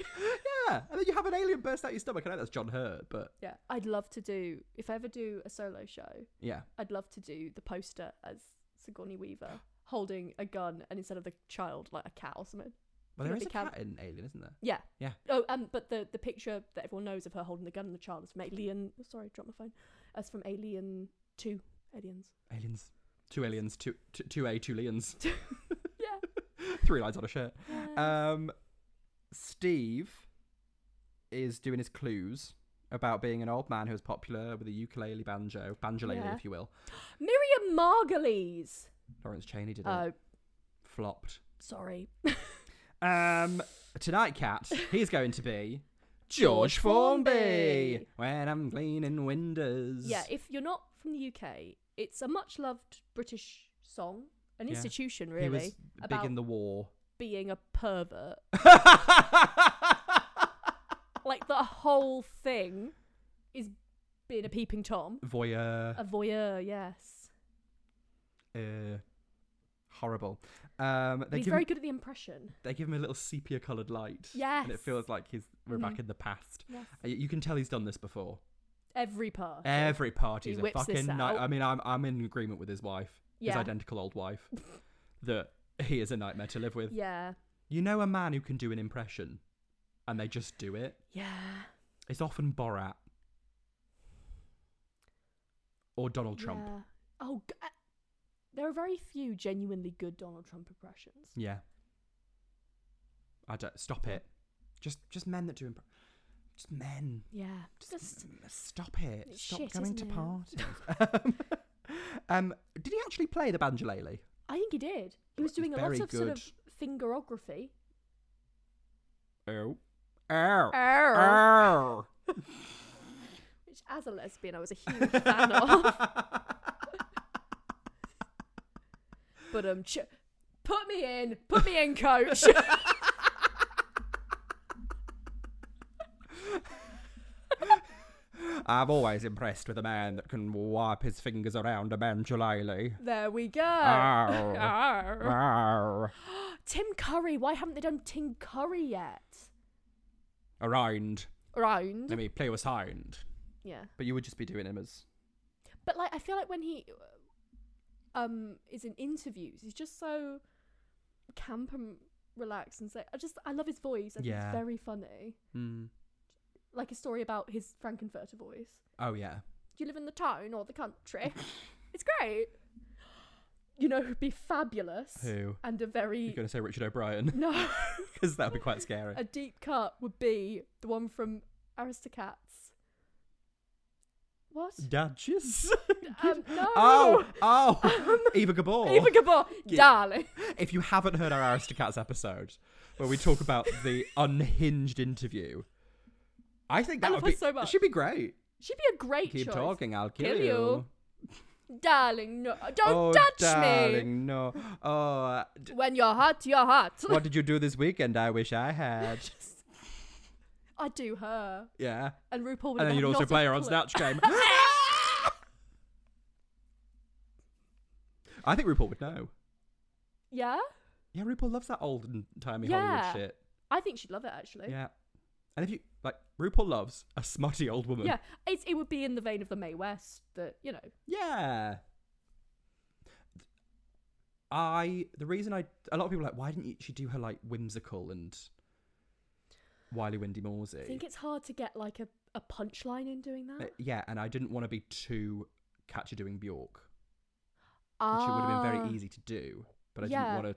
yeah, and then you have an alien burst out your stomach. I know that's John Hurt, but
Yeah, I'd love to do if I ever do a solo show.
yeah,
I'd love to do the poster as Sigourney Weaver holding a gun and instead of the child, like a cat or something.
well,
You
there
know,
is
they
a
can-
cat in Alien, isn't there?
Yeah.
Yeah.
Oh, um, but the the picture that everyone knows of her holding the gun and the child is from Alien. Sorry, dropped my phone. That's from Alien Two. Aliens.
Aliens, two aliens, two two, two a two lions,
Yeah.
three lines on a shirt.
Yeah.
Um, Steve is doing his clues about being an old man who is popular with a ukulele banjo, banjolele,
Yeah.
if you will.
Miriam Margolyes.
Lawrence Cheney did
Oh,
it, flopped.
sorry.
Um, tonight, Cat, he's going to be George
George
Formby.
Formby.
When I'm cleaning windows.
Yeah, if you're not from the UK, it's a much loved British song, an
Yeah.
institution
he
really,
was big
about
in the war.
being a pervert. like the whole thing is being a peeping tom,
Voyeur.
a voyeur. Yes.
Uh, horrible. Um, they
He's
give
very
him,
good at the impression.
they give him a little sepia coloured light.
Yes.
And it feels like he's we're back
Mhm.
in the past.
Yes.
Uh, You can tell he's done this before.
Every part.
Every party's
He
a
whips this
fucking. Night-
out.
I mean, I'm I'm in agreement with his wife, his
Yeah.
identical old wife, that he is a nightmare to live with.
yeah.
You know a man who can do an impression and they just do it?
Yeah.
It's often Borat or Donald Trump.
Yeah. Oh, g- uh, there are very few genuinely good Donald Trump impressions.
Yeah. I don't stop it. Just just men that do impr- just men.
Yeah.
Just,
Just
stop it.
it's
Stop
shit,
going to
isn't it?
parties. um, did he actually play the banjolele?
I think he did. He was
It's
doing a lot
very
of sort of
good.
fingerography.
Oh. Ow.
Arr.
Ow.
Which as a lesbian I was a huge fan of. But um ch- put me in. Put me in, coach.
I'm always impressed with a man that can wipe his fingers around a banjolele.
there we go.
Arr.
Arr.
Arr.
Tim Curry, why haven't they done Tim Curry yet?
Around.
Round.
Let me play with sound.
yeah.
But you would just be doing him as.
But like, I feel like when he um is in interviews, he's just so camp and relaxed and say, I just I love his voice. I think
Yeah.
it's very funny.
Mm.
Like a story about his Frankenfurter voice.
Oh, yeah.
Do you live in the town or the country? it's great. You know, who'd be fabulous
Who?
and a
You're
very
going to say Richard O'Brien?
no
Because that would be quite scary.
a deep cut would be the one from Aristocats. What?
Duchess?
Um, no.
Oh, oh.
Um,
Eva Gabor.
Eva Gabor,
Yeah.
darling.
If you haven't heard our Aristocats episode, where we talk about the unhinged interview, I think
I
that
love
would be.
her so much.
She'd be great.
She'd be a great
Keep
choice.
talking, I'll kill,
Kill
you.
you. Darling, no, don't
oh,
touch
darling,
me.
no. Oh, uh, d-
When you're hot, you're hot.
what did you do this weekend? I wish I had.
I do her.
Yeah.
And RuPaul would
and then
have
you'd
Oh not
also
a
play her on
clue.
Snatch Game. I think RuPaul would know.
Yeah?
Yeah, RuPaul loves that old timey
Yeah.
Hollywood shit.
I think she'd love it, actually.
Yeah. And if you like, RuPaul loves a smutty old woman.
Yeah, It's, it would be in the vein of the May West that, you know.
Yeah. I the reason I a lot of people are like why didn't you, she do her like whimsical and wily windy
I
Morsey?
think it's hard to get, like, a, a punchline in doing that.
Uh, yeah, and I didn't want to be too catchy doing Bjork, which
Ah.
it would have been very easy to do, but I
Yeah.
didn't want to.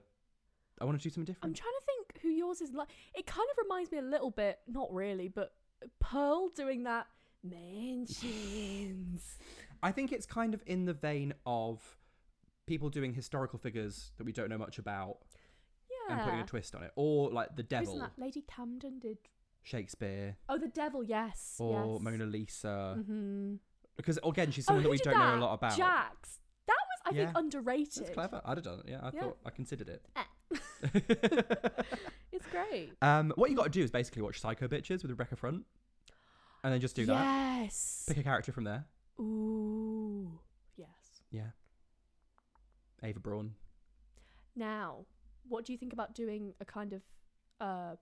I want to do something
I'm
different.
trying to think who yours is like. It kind of reminds me a little bit, not really, but Pearl doing that. Mansions.
I think it's kind of in the vein of people doing historical figures that we don't know much about and putting
Yeah.
a twist on it, or like the devil,
Isn't that Lady Camden did?
Shakespeare,
Oh, the devil. Yes.
or
yes.
Mona Lisa,
Mm-hmm.
because again, she's
oh,
someone
who
that we
did
don't
that?
know a lot about.
Jax. That was, I
Yeah.
think, underrated.
That's clever. I'd have done it. Yeah, I
Yeah.
thought I considered it.
Eh. it's great.
um, what you got to do is basically watch Psycho Bitches with Rebecca Front, and then just do that.
yes.
Pick a character from there.
Ooh. Yes.
Yeah. Ava Braun.
Now, what do you think about doing a kind of uh,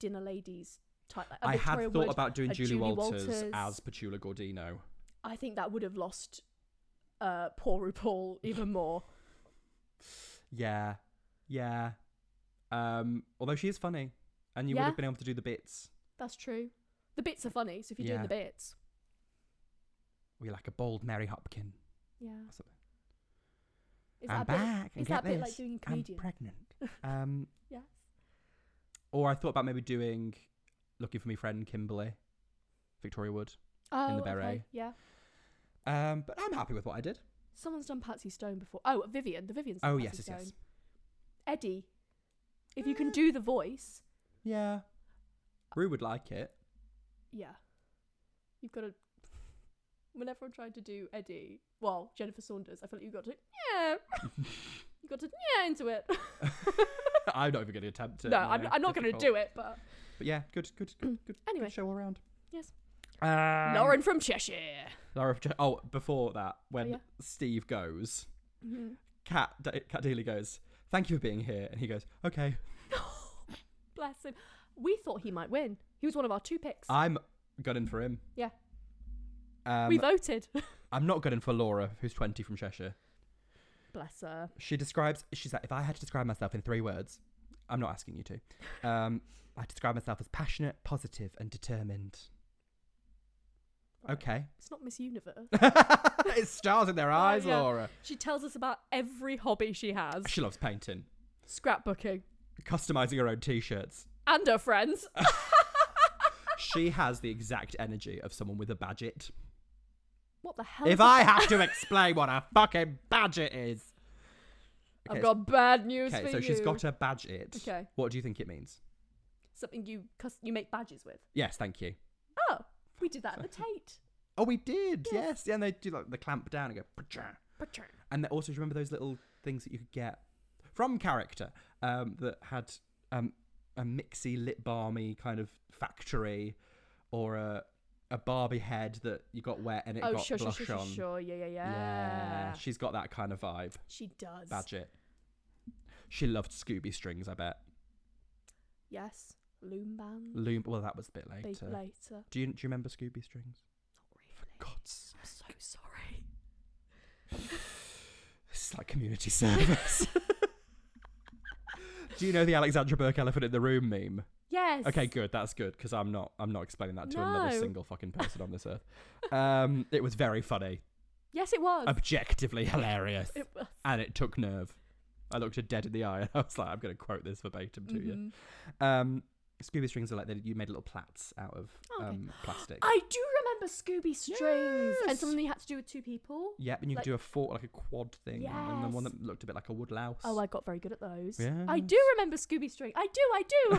dinner ladies type? Like a
I had
Victoria
thought
Wood?
about doing
a
Julie,
Julie
Walters,
Walters.
as Petula Gordino.
I think that would have lost uh, poor RuPaul even more.
Yeah. Yeah. Um, although she is funny, and you would
Yeah.
have been able to do the bits.
That's true. The bits are funny, so if you're
Yeah.
doing the bits,
We like a bold Mary Hopkin.
yeah.
or something.
Is
I'm
that a bit?
back. and
is
get
that a bit like
this,
doing a
I'm
comedian?
pregnant. um,
Yes.
or I thought about maybe doing Looking for Me Friend Kimberly, Victoria Wood.
Oh,
the
okay.
beret.
Yeah.
Um, but I'm happy with what I did.
Someone's done Patsy Stone before. Oh, Vivian. The Vivian's. done
Oh, yes,
Patsy
yes,
Stone.
yes.
Eddie. If you can
Mm.
do the voice,
Yeah. Rue would like it.
yeah. You've got to. When everyone tried to do Eddie, well, Jennifer Saunders, I feel like you got to, yeah. you got to, yeah, into it.
I'm not even going to attempt it.
no, I'm, I'm not going to do it, but.
But yeah, good, good, good, good,
Anyway.
good show all round.
Yes.
Um,
Lauren from Cheshire.
Laura. from Ch- Oh, before that, when
Oh, yeah.
Steve goes,
Mhm.
Cat D- Cat Dealey goes, "Thank you for being here," and he goes, "Okay."
Bless him. We thought he might win. He was one of our two picks.
I'm gunning for him.
Yeah.
Um,
we voted.
I'm not gunning for Laura, who's 20 from Cheshire.
Bless her.
She describes. She's like, if I had to describe myself in three words, I'm not asking you to. Um, I describe myself as passionate, positive, and determined.
Right.
Okay.
It's not Miss Universe.
it stars in their eyes,
Oh, yeah.
Laura.
She tells us about every hobby she has
She loves painting,
scrapbooking
customizing her own t-shirts.
and her friends.
She has the exact energy of someone with a budget.
What the hell?
If
is-
I had to explain what a fucking budget is.
I've
Okay,
got bad news
okay,
for
so
you.
she's got a budget.
Okay.
What do you think it means?
something you cus- you make badges with.
Yes, thank you.
Oh, we did that at the Tate.
Oh, we did.
Yes.
Yes. Yeah, and they do like the clamp down and go. "Pacha." And then also, do you remember those little things that you could get from character um, that had um, a mixy lip balmy kind of factory or a a Barbie head that you got wet and it
Oh,
got
sure, sure,
blush
sure, sure,
on?
sure. Yeah, yeah, yeah,
Yeah. she's got that kind of vibe.
She does.
Badget. She loved Scooby strings. I bet.
Yes, loom band.
Loom. Well, that was a bit
Big
later.
later.
Do you do you remember Scooby strings?
Not really.
God's.
I'm so sorry.
This is like community service. do you know the Alexandra Burke elephant in the room meme?
Yes.
Okay, good. That's good because I'm not. I'm not explaining that to another
No.
single fucking person on this earth. Um, it was very funny,
Yes, it was.
objectively hilarious,
It was.
and it took nerve. I looked her dead in the eye, and I was like, "I'm going to quote this verbatim to
Mhm.
you." Um, Scooby strings are like they, you made little plaits out of
Oh, okay.
um, plastic.
I do remember Scooby Strings and
Yes.
something you had to do with two people.
Yep, and you
like-
could do a four, like a quad thing, and the one
Yes.
that looked a bit like a woodlouse.
Oh, I got very good at those. I
Yes.
do remember Scooby String. I do, I do.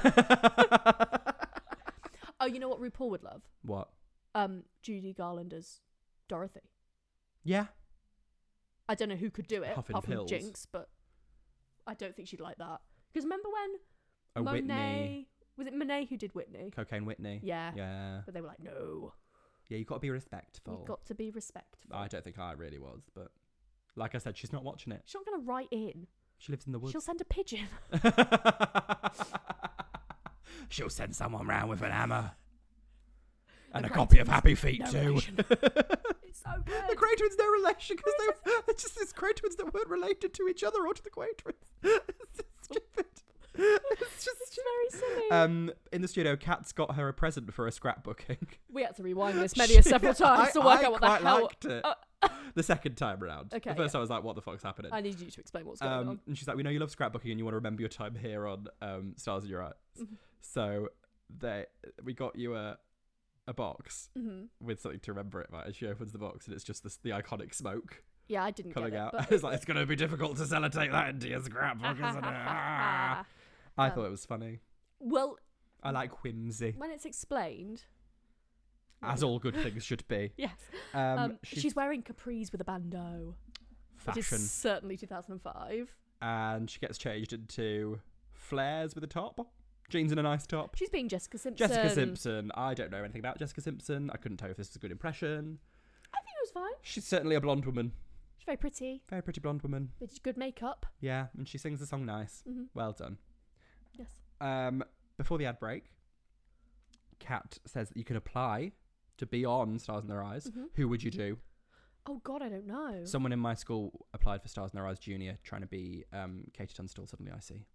oh, you know what RuPaul would love?
what?
Um, Judy Garland as Dorothy.
Yeah,
I don't know who could do it
Huffing
apart from
pills.
Jinx, but I don't think she'd like that. Because remember when
a
Monet
Oh, Whitney,
was it Monet who did Whitney?
cocaine Whitney.
Yeah.
yeah,
But they were like, no,
yeah. You got to be
you've
respectful.
got to be respectful.
I don't think I really was, but like I said, she's not watching it.
She's not going to write in.
She lives in the
She'll
woods.
send a pigeon.
She'll, send someone round with an hammer and a
The
copy of
Crichton's
Happy Feet
no
too.
relation.
the
It's so good.
Craytons no relation because they they're just these Craytons that weren't related to each other or to the Craytons. it's just stupid. It's just
It's
stupid.
very silly.
Um, in the studio, Kat's got her a present for a scrapbooking.
we had to rewind this many a several times
I,
to work
I
out what the
quite
hell.
liked it.
Oh.
the second time round.
Okay,
The first
yeah.
I was like, what the fuck's happening?
I need you to explain what's going
Um,
on.
and she's like, we know you love scrapbooking and you want to remember your time here on um, Stars in Your Eyes.
Mhm.
So they, we got you a a box
Mhm.
with something to remember it by. And she opens the box and it's just this, the iconic smoke.
Yeah, I didn't
coming
get it,
out.
but-
it's like it's going to be difficult to sellotape that into your scrapbook, isn't it? Ah. I thought it was funny.
well,
I like whimsy,
when it's explained,
as all good things should be.
yes,
Um,
Mm. um,
she's,
she's, wearing capris with a bandeau. It
fashion,
is certainly 2005.
and she gets changed into flares with a top, jeans and a nice top.
She's being Jessica Simpson.
Jessica Simpson. I don't know anything about Jessica Simpson. I couldn't tell if this was a good impression.
I think it was fine.
She's certainly a blonde woman,
She's very pretty.
very pretty blonde woman.
They did good makeup.
Yeah, and she sings the song nice.
Mm-hmm.
Well done.
Yes.
Um, before the ad break, Kat says that you can apply to be on Stars in Their Eyes.
Mhm.
Who would you do?
Oh God, I don't know.
Someone in my school applied for Stars in Their Eyes Junior, trying to be um, Katie Tunstall. Suddenly, I see.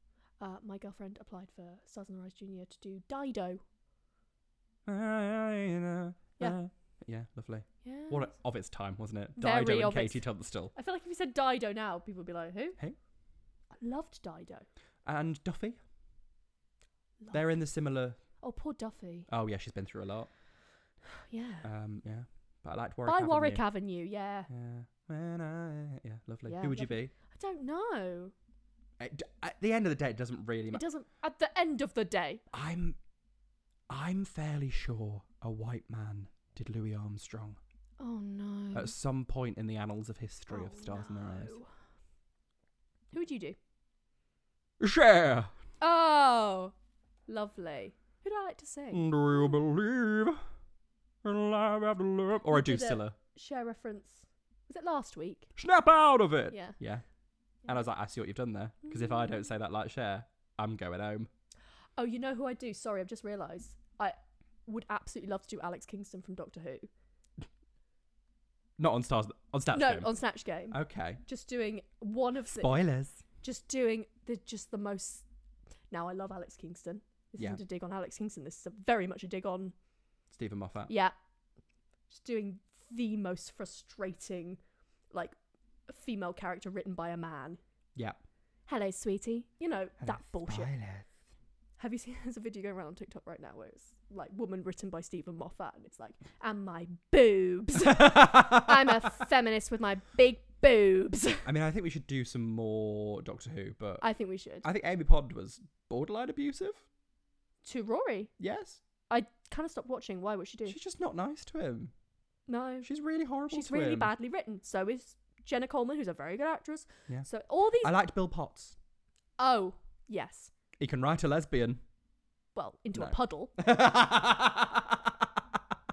uh, my girlfriend applied for Stars and the Rise Junior to do Dido.
Yeah.
Yeah.
Yeah, lovely.
Yeah.
What a- of its time, wasn't it?
Very
Dido and
of its-
Katie Tunstall.
I feel like if you said Dido now, people would be like, "Who?"
Who?
I loved Dido.
And Duffy.
Loved.
They're in the similar.
Oh, poor Duffy.
Oh, yeah, she's been through a lot.
Yeah.
Um, yeah. But I liked Warwick
By
Avenue.
Warwick Avenue. Yeah.
Yeah. When I- yeah, lovely.
Yeah,
Who would you
I don't know.
be? At, at the end of the day, it doesn't really matter.
It doesn't. At the end of the day,
I'm I'm fairly sure a white man did Louis Armstrong
Oh no.
at some point in the annals of history of
Oh,
Stars in Their Eyes.
no. Who would you do?
Share!
Oh, lovely. Who do I like to sing?
Do you believe in life after love? Or a
You did it.
Drusilla.
Share reference. Was it last week?
Snap out of it!
Yeah. Mm.
Yeah. And I was like, I see what you've done there. Because if I don't say that like Cher, I'm going home.
Oh, you know who I do? Sorry, I've just realised. I would absolutely love to do Alex Kingston from Doctor Who.
Not on Stars, on Snatch
no,
Game. Uh,
on Snatch Game.
Okay.
Just doing one of the.
Spoilers.
Just doing the just the most. Now I love Alex Kingston. This
Yeah.
isn't a dig on Alex Kingston. This is a, very much a dig on
Stephen Moffat.
Yeah. Just doing the most frustrating, like, female character written by a man.
Yeah.
Hello, sweetie. You know,
Hello,
that bullshit.
Spoilers.
Have you seen there's a video going around on TikTok right now where it's like woman written by Stephen Moffat and it's like, and my boobs. I'm a feminist with my big boobs.
I mean, I think we should do some more Doctor Who, but
I think we should.
I think Amy Pond was borderline abusive.
to Rory.
Yes,
I kind of stopped watching. Why would she do?
she's just not nice to him.
no.
She's really horrible.
She's
to
really
him.
badly written. So is Jenna Coleman, who's a very good actress.
Yeah.
So all these.
I liked Bill Potts.
oh, yes.
He can write a lesbian.
Well, into a
No.
puddle.
I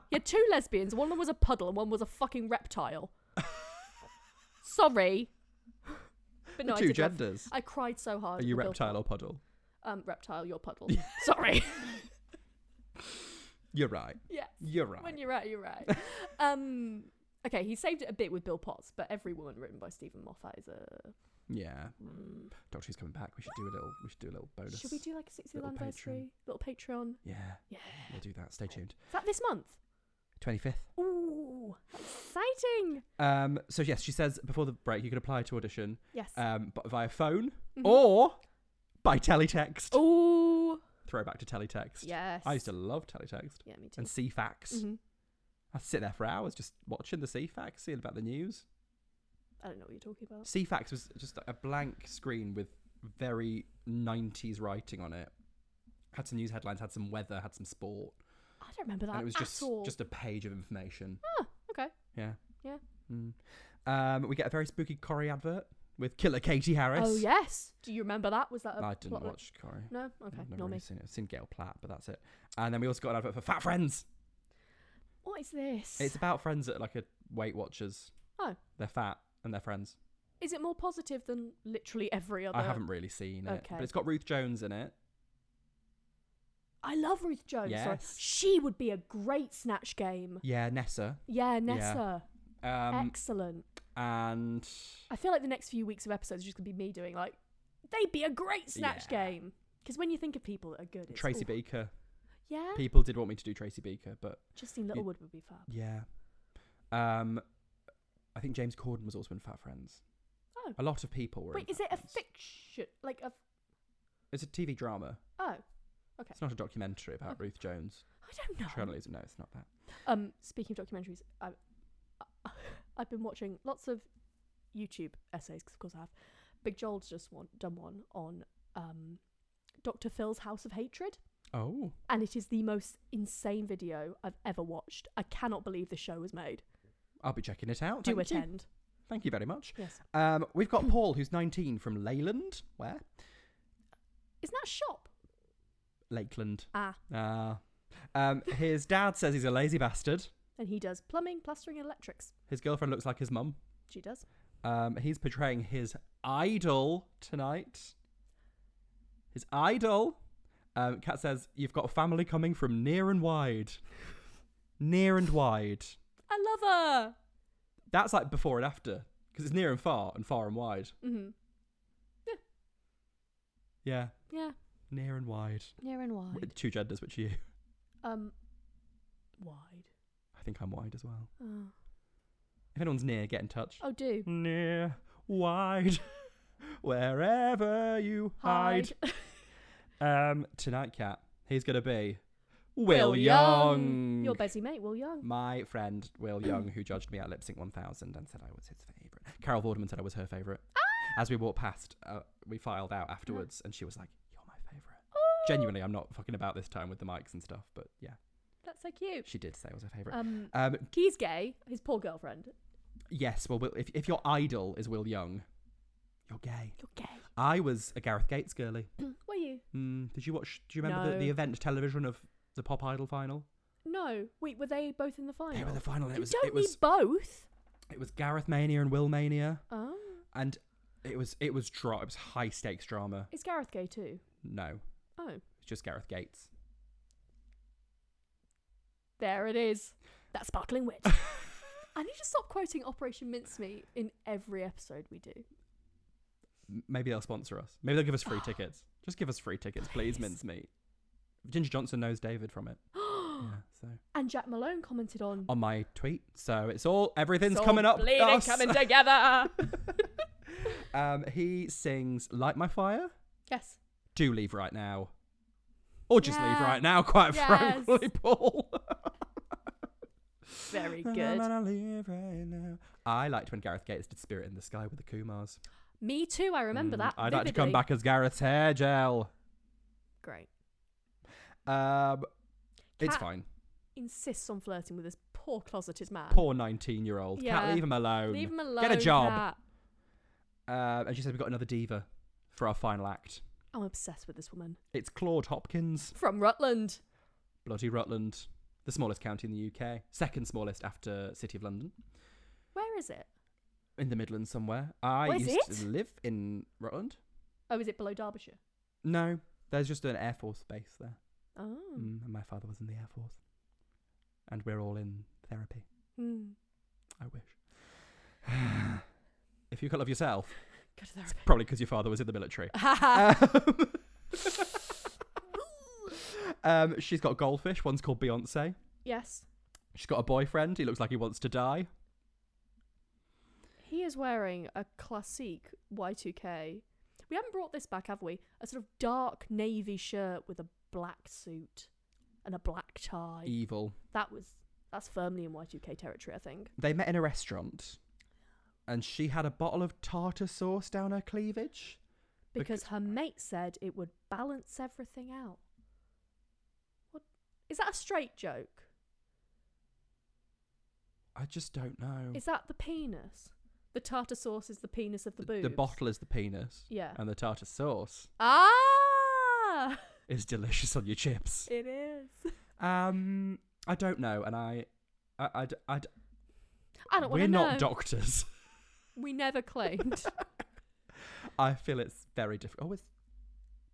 You had two lesbians. One of them was a puddle, and one was a fucking reptile. Sorry, but no, I
Two
did love-
genders.
I cried so hard.
Are
at
you
the Bill
reptile
Pot-
or puddle?
Um, reptile. You're puddle. Sorry.
You're right.
yeah.
You're right.
When you're right, you're right. um. Okay, he saved it a bit with Bill Potts, but every woman written by Stephen Moffat is a. hmm.
Yeah. Doctor Who's coming back. We should do a little. We should do a little bonus.
Should we do like a 60th
Little
anniversary? Little Patreon.
Yeah.
Yeah.
We'll do that. Stay tuned.
Is that this month?
Twenty fifth.
Ooh, exciting!
Um. So yes, she says before the break you can apply to audition,
Yes.
um, but via phone
Mhm.
or by teletext.
Ooh.
Throwback to teletext.
Oh. Yes.
I used to love teletext
Yeah, me too.
and CFAX.
Mhm.
I'd sit there for hours just watching the CFAX, seeing about the news.
I don't know what you're talking about.
CFAX was just a blank screen with very 90s writing on it. Had some news headlines, had some weather, had some sport,
I don't remember that
and it was
at
just
all.
just a page of information.
Ah, okay.
Yeah.
Yeah.
Mm. Um, we get a very spooky Corey advert with killer Katie Harris.
Oh yes. Do you remember that? Was that a
I didn't
plot line?
watch Corey.
No. Okay.
I've never
Not
really
me.
seen it. I've seen Gail Platt, but that's it. And then we also got an advert for Fat Friends.
What is this?
It's about friends that are like a Weight Watchers.
Oh.
They're fat and they're friends.
Is it more positive than literally every other?
I haven't really seen it. But
Okay.
it's got Ruth Jones in it.
I love Ruth Jones. sorry.
Yes.
She would be a great snatch game.
Yeah, Nessa.
Yeah, Nessa.
Um,
Excellent.
and
I feel like the next few weeks of episodes is just gonna be me doing like, they'd be a great snatch
Yeah.
game. Because when you think of people that are good, it's,
Tracy
ooh,
Beaker.
Yeah.
People did want me to do Tracy Beaker, but
Justine Littlewood would be fab.
yeah. Um, I think James Corden was also in Fat Friends.
Oh.
A lot of people were. in
Wait, is
Fat
it a
Friends.
fiction? Like a? f-
It's a TV drama.
Oh,
It's not a documentary about
Okay. Oh.
Ruth Jones.
I don't know.
Journalism. No, it's not that.
Um, speaking of documentaries, I, I, I've been watching lots of YouTube essays, 'cause of course I have. Big Joel's just one, done one on um, Dr. Phil's House of Hatred,
Oh.
and it is the most insane video I've ever watched. I cannot believe the show was made.
I'll be checking it out.
Do
Thank You.
attend.
Thank you very much.
Yes.
Um, we've got Paul, who's 19, from Leyland. Where?
Isn't that a shop?
Lakeland.
Ah,
Ah. um, his dad says he's a lazy bastard.
and he does plumbing, plastering, and electrics.
His girlfriend looks like his mum.
She does.
Um, he's portraying his idol tonight. His idol. Um, Kat says, You've got family coming from near and wide. near and wide.
I love
That's like before and after, because it's near and far and far and wide.
her. hmm
Yeah,
Yeah,
near and wide.
near and
W-
wide.
Two genders, which are you?
Um, wide.
I think I'm wide as well.
Oh,
If anyone's near, get in touch.
oh do
Near, wide, wherever you hide.
hide.
Um, tonight, Cat, he's gonna be Will,
Will
Young.
Your busy mate, Will Young.
My friend Will Young, who judged me at Lip Sync 1000 and said I was his favorite. Carol Vorderman said I was her favorite.
Ah!
As we walked past, uh, we filed out afterwards, and she was like, "You're my favorite."
Oh,
Genuinely, I'm not fucking about this time with the mics and stuff, but yeah,
That's so cute.
she did say I was her favorite.
Um,
Um,
he's gay. His poor girlfriend.
yes, well, Will, if if your idol is Will Young, you're gay.
You're gay.
I was a Gareth Gates girly.
Were you?
Mm, did you watch? Do you remember the, the
No.
event television of the Pop Idol final?
No. Wait, were they both in the final?
They were the final. And it
you
was
don't
it was
need both.
it was Gareth Mania and Will Mania,
Oh.
and it was it was dra- it was high stakes drama.
Is Gareth gay too?
No,
Oh.
it's just Gareth Gates.
There it is. That sparkling wit. I need to stop quoting Operation Mincemeat in every episode we do.
M- Maybe they'll sponsor us. Maybe they'll give us free
Oh.
tickets. Just give us free tickets, please,
Please.
mincemeat. Ginger Johnson knows David from it. Yeah, so
and Jack Malone commented on.
on my tweet, so it's all everything's
"Soul
Oh, coming up.
bleeding
us.
coming together.
um, he sings "Light My Fire."
yes.
Do leave right now, or just leave
Yeah.
right now. Quite
Yes.
frankly, Paul.
Very
And
good.
I'm gonna leave right now. I liked when Gareth Gates did Spirit in the Sky with the Kumars.
Me too. I remember
Mm,
that.
I'd like to come
vividly.
back as Gareth's hair gel.
Great.
Um, it's
Cat-
fine.
Insists on flirting with this poor closeted man.
Poor 19 year old. Can't
uh, Yeah.
leave him alone.
Leave him alone.
Get a job.
Cat.
Um, and she said, We've got another diva for our final act.
I'm obsessed with this woman.
It's Claude Hopkins,
From Rutland.
bloody Rutland, the smallest county in the UK, second smallest after City of London,
Where is it?
in the Midlands somewhere. I
Where's
used
it?
to live in Rutland.
Oh, is it below Derbyshire?
No, there's just an Air Force base there.
Oh.
Mm, and my father was in the Air Force. And we're all in therapy.
Hmm.
I wish. if you can't love yourself,
Go to
it's
therapy.
probably because your father was in the military.
Ha
um, um, she's got goldfish. One's called Beyonce.
yes.
She's got a boyfriend. He looks like he wants to die.
He is wearing a classique Y2K. We haven't brought this back, have we? A sort of dark navy shirt with a black suit and a black tie.
Evil.
That was that's firmly in Y2K territory, I think.
They met in a restaurant, and she had a bottle of tartar sauce down her cleavage. Bec-
Because her mate said it would balance everything out. What is that a straight joke?
I just don't know.
Is that the penis? The tartar sauce is the penis of the
Th-
boobs.
the bottle is the penis,
Yeah.
and the tartar sauce
Ah,
is delicious on your chips.
it is.
Um, I don't know, and I, I, I, d- I d-
I don't want
we're
to know.
not doctors.
we never claimed. is
I feel it's very difficult. Oh, it's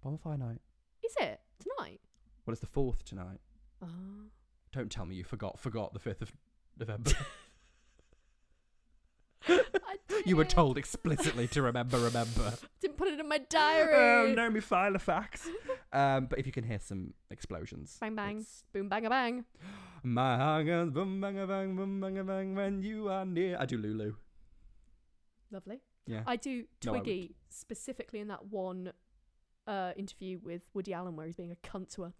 bonfire night.
it tonight?
Well, it's the fourth tonight.
Ah,
Don't tell me you forgot. Forgot the fifth of November.
I did.
you were told explicitly to remember. Remember.
Didn't put it in my
oh
diary.
no, me file a fax. um, but if you can hear some explosions,
Bang, bang.
it's-
Boom, bang, a bang.
My heart goes boom bang a bang boom bang a bang when you are near. I do Lulu.
Lovely.
Yeah.
I do
No, I won't.
Twiggy specifically in that one uh, interview with Woody Allen where he's being a cunt to her.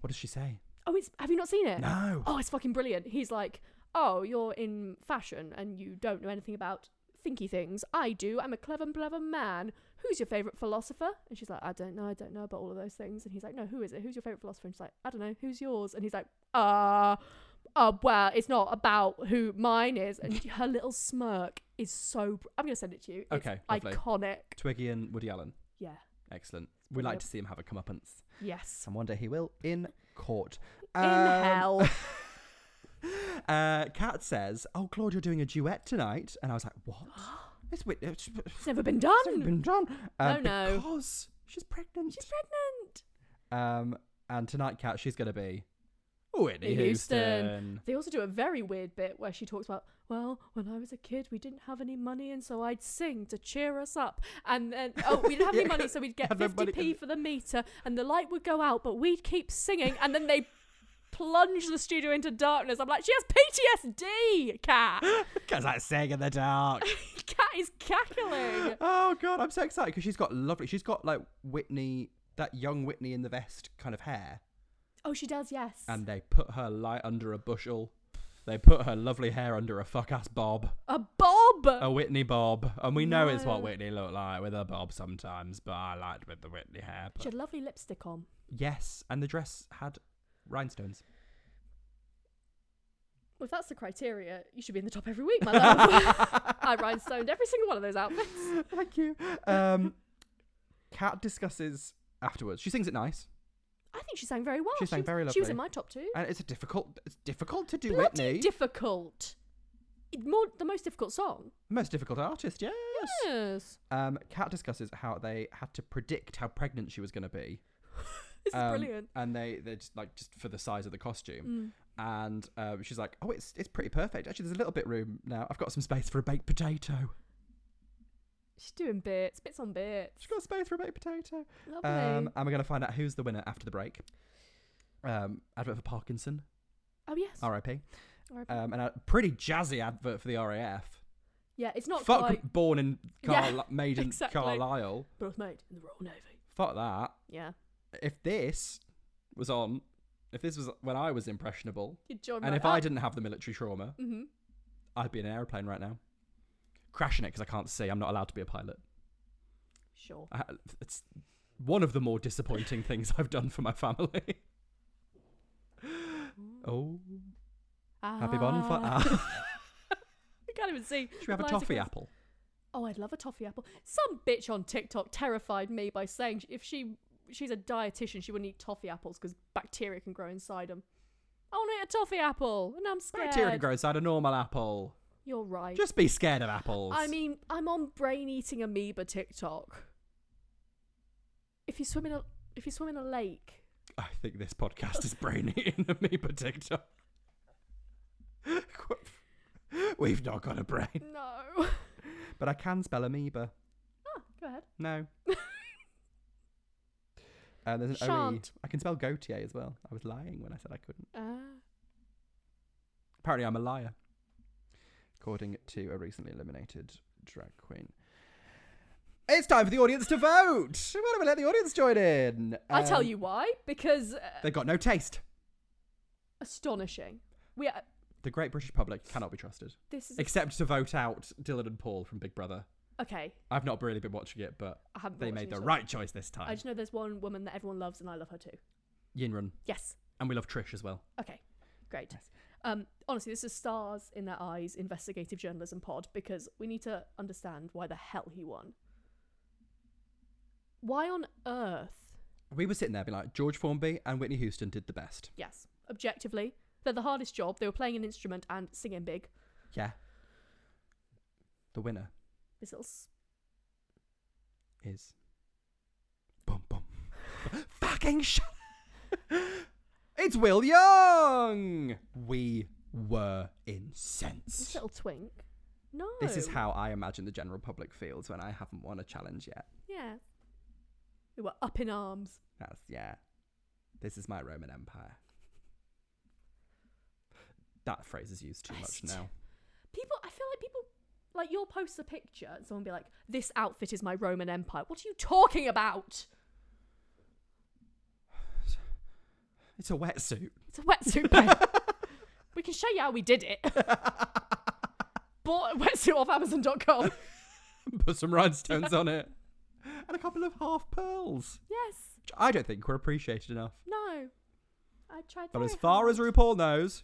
What does she say?
Oh, it's have you not seen it?
No.
oh, it's fucking brilliant. He's like, oh, you're in fashion and you don't know anything about thinky things. I do. I'm a clever, clever man. Who's your favourite philosopher? And she's like, I don't know. I don't know about all of those things. And he's like, No, who is it? Who's your favourite philosopher? And she's like, I don't know. Who's yours? And he's like, Uh, uh, well, it's not about who mine is. And her little smirk is so. Br- I'm going to send it to you. It's
Okay, lovely.
Iconic.
Twiggy and Woody Allen.
Yeah.
Excellent. We like
brilliant.
to see him have a comeuppance.
Yes.
And one day he will in court.
In
Um,
hell.
Uh, Kat says, "Oh, Claude, you're doing a duet tonight," and I was like, "What? It's, wi- it's,
It's never been
it's
done.
never been done." Uh,
No, Um, oh, no.
because she's pregnant.
She's pregnant.
um, and tonight, Kat, she's gonna be Whitney
Whitney
Houston.
Houston. They also do a very weird bit where she talks about, well, when I was a kid, we didn't have any money, and so I'd sing to cheer us up. And then, oh, we didn't have
Yeah,
any money, so we'd get
had no money,
50p for the meter, and the light would go out, but we'd keep singing. And then they plunge the studio into darkness. I'm like, she has PTSD, Cat.
Because I sang in the dark.
Cat is cackling.
oh god, I'm so excited because she's got lovely. She's got like Whitney, that young Whitney in the vest kind of hair,
Oh, she does, yes.
and they put her light under a bushel. They put her lovely hair under a fuck ass bob.
a bob.
a Whitney bob, and we know it's what
Oh. No.
Whitney looked like with a bob sometimes. But I liked with the Whitney hair. But...
She had lovely lipstick on.
Yes, and the dress had rhinestones.
Well, if that's the criteria, you should be in the top every week, my love. I rhinestoned every single one of those outfits.
Thank you. Um, Kat discusses afterwards. She sings it nice,
I think she sang very well.
She sang
was-
very
She was
lovely.
in my top two.
and it's a difficult. It's difficult to do
Bloody
Whitney,
difficult. It- More the most difficult song.
most difficult artist. Yes.
Yes.
Um, Kat discusses how they had to predict how pregnant she was going to be,
This
Um,
is brilliant.
and they they just like just for the size of the costume.
Mm.
and um, she's like, "Oh, it's it's pretty perfect. Actually, there's a little bit room now. I've got some space for a baked potato.
She's doing bits, bits on bits.
She's got space for a baked potato.
Lovely.
Um, and we're gonna find out who's the winner after the break. Um, advert for Parkinson,
oh yes.
R.I.P.
R.I.P.
Um, and a pretty jazzy advert for the RAF.
yeah, it's not
Fuck,
quite.
born in Carl-
Yeah,
made in
exactly.
Carlisle.
But it was made in the Royal Navy.
Fuck that.
Yeah.
If this was on, if this was when I was impressionable,
You'd join
and
right
if I
up.
didn't have the military trauma,
Mhm.
I'd be in an airplane right now, crashing it because I can't see. I'm not allowed to be a pilot.
Sure.
I, it's one of the more disappointing things I've done for my family. oh, happy bonfire!
Ah.
Ah.
I can't even see.
Should we have a
Lies
toffee
across-
apple?
Oh, I'd love a toffee apple. Some bitch on TikTok terrified me by saying if she she's a dietitian, she wouldn't eat toffee apples because bacteria can grow inside them. I want to eat a toffee apple, and I'm scared.
Bacteria can grow inside a normal apple.
You're right.
Just be scared of apples.
I mean, I'm on brain eating amoeba TikTok. If you swim in a if you swim in a lake,
I think this podcast is brainy in amoeba TikTok. We've not got a brain,
no. oh,
but I can spell amoeba.
go ahead.
No. Uh, there's an OE.
Shan't.
I can spell Gautier as well. I was lying when I said I couldn't.
Uh,
Apparently, I'm a liar. According to a recently eliminated drag queen. It's time for the audience to vote! Why don't we let the audience join in?
I tell
Um,
you why because uh,
They've got no taste.
astonishing. We are,
The great British public cannot be trusted.
this is
Except to vote out Dylan and Paul from Big Brother.
okay.
I've not really been watching it, but
I haven't been
they
watching
made
this
the
one.
right choice this
I
time.
just know there's one woman that everyone loves, and I love her too.
Yinrun.
Yes.
And we love Trish as well.
Okay, great.
Yes.
Um, honestly, this is stars in their eyes, investigative journalism pod, because we need to understand why the hell he won. Why on earth?
We were sitting there being like, George Formby and Whitney Houston did the best.
Yes, objectively, they're the hardest job. They were playing an instrument and singing big.
Yeah. The winner
This little s-
is. Boom, boom. Fucking shut It's Will Young! We were
this
incensed.
little twink. No.
This is how I imagine the general public feels when I haven't won a challenge yet.
Yeah. We were up in arms.
That's, yeah. This is my Roman Empire. That phrase is used too much
Christ.
now.
People, I feel like people, like you'll post a picture and someone will be like, "This outfit is my Roman Empire." What are you talking about?
It's a wetsuit.
It's a wetsuit, babe. we can show you how we did it. Bought a wetsuit off Amazon.com.
Put some rhinestones on it. And a couple of half pearls.
yes.
Which I don't think were appreciated enough.
No. I tried.
But as
very
far
hard.
as RuPaul knows,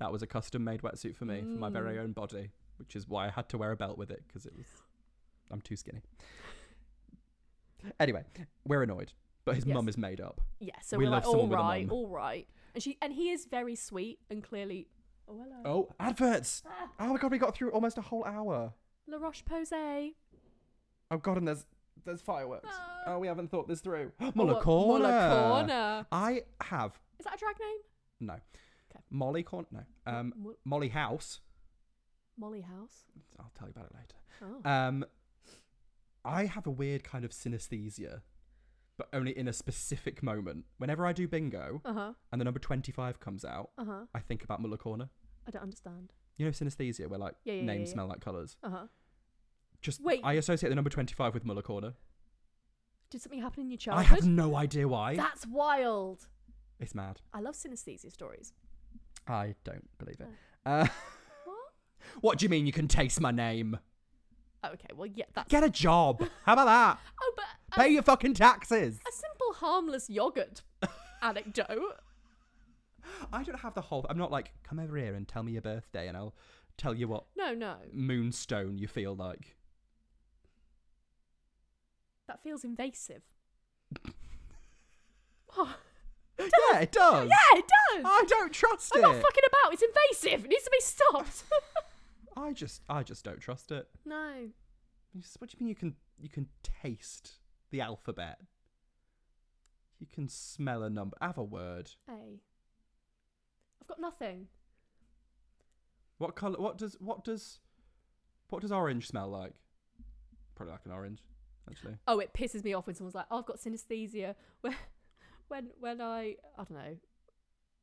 that was a custom made wetsuit for me, for my very
Mm.
own body, which is why I had to wear a belt with it because it was. I'm too skinny. Anyway, we're annoyed, but his
Yes.
mum is made up.
Yeah, so
We
we are
love
like, all
someone with a
right,
mum."
all right. And she and he is very sweet and clearly. Oh hello.
Oh, adverts!
Ah,
Oh my god, we got through almost a whole hour.
La Roche Posay.
Oh god, and there's there's fireworks.
Ah.
Oh, we haven't thought this through.
Muller
Muller Corner.
Corner.
I have
Is that a drag name?
no.
Okay.
Molly Corner. No. Um,
Mo- Mo-
Molly House.
Molly House.
I'll tell you about it later.
Oh.
Um, I have a weird kind of synesthesia, but only in a specific moment. Whenever I do bingo
Uh huh.
and the number 25 comes out,
Uh huh.
I think about Muller Corner.
I don't understand.
You know synesthesia, where like
Yeah, yeah, yeah,
names
yeah.
smell like colours?
Uh huh.
Just
Wait.
I associate the number 25 with Muller Corner.
Did something happen in your
I
childhood?
have no idea why.
That's wild.
it's mad.
I love synesthesia stories.
I don't believe it.
Oh.
Uh,
What?
what do you mean you can taste my name?
Oh, okay. Well, yeah. That's.
Get a job. How about that?
oh, but a,
Pay your fucking taxes.
a simple harmless yogurt anecdote.
I don't have the whole. I'm not like come over here and tell me your birthday, and I'll tell you what
No, no.
moonstone you feel like.
That feels invasive. Oh,
Yeah, it does.
Yeah, it does.
I don't trust
I'm
Oh. it.
not fucking about. It's invasive. It needs to be stopped.
I just, I just don't trust it.
no.
You just- What do you mean you can, you can taste the alphabet? You can smell a number. Have a word.
Hey. I've got nothing.
What color? What does, what does, what does orange smell like? Probably like an orange, actually.
Oh, it pisses me off when someone's like, oh, "I've got synesthesia." When, when, when I, I don't know,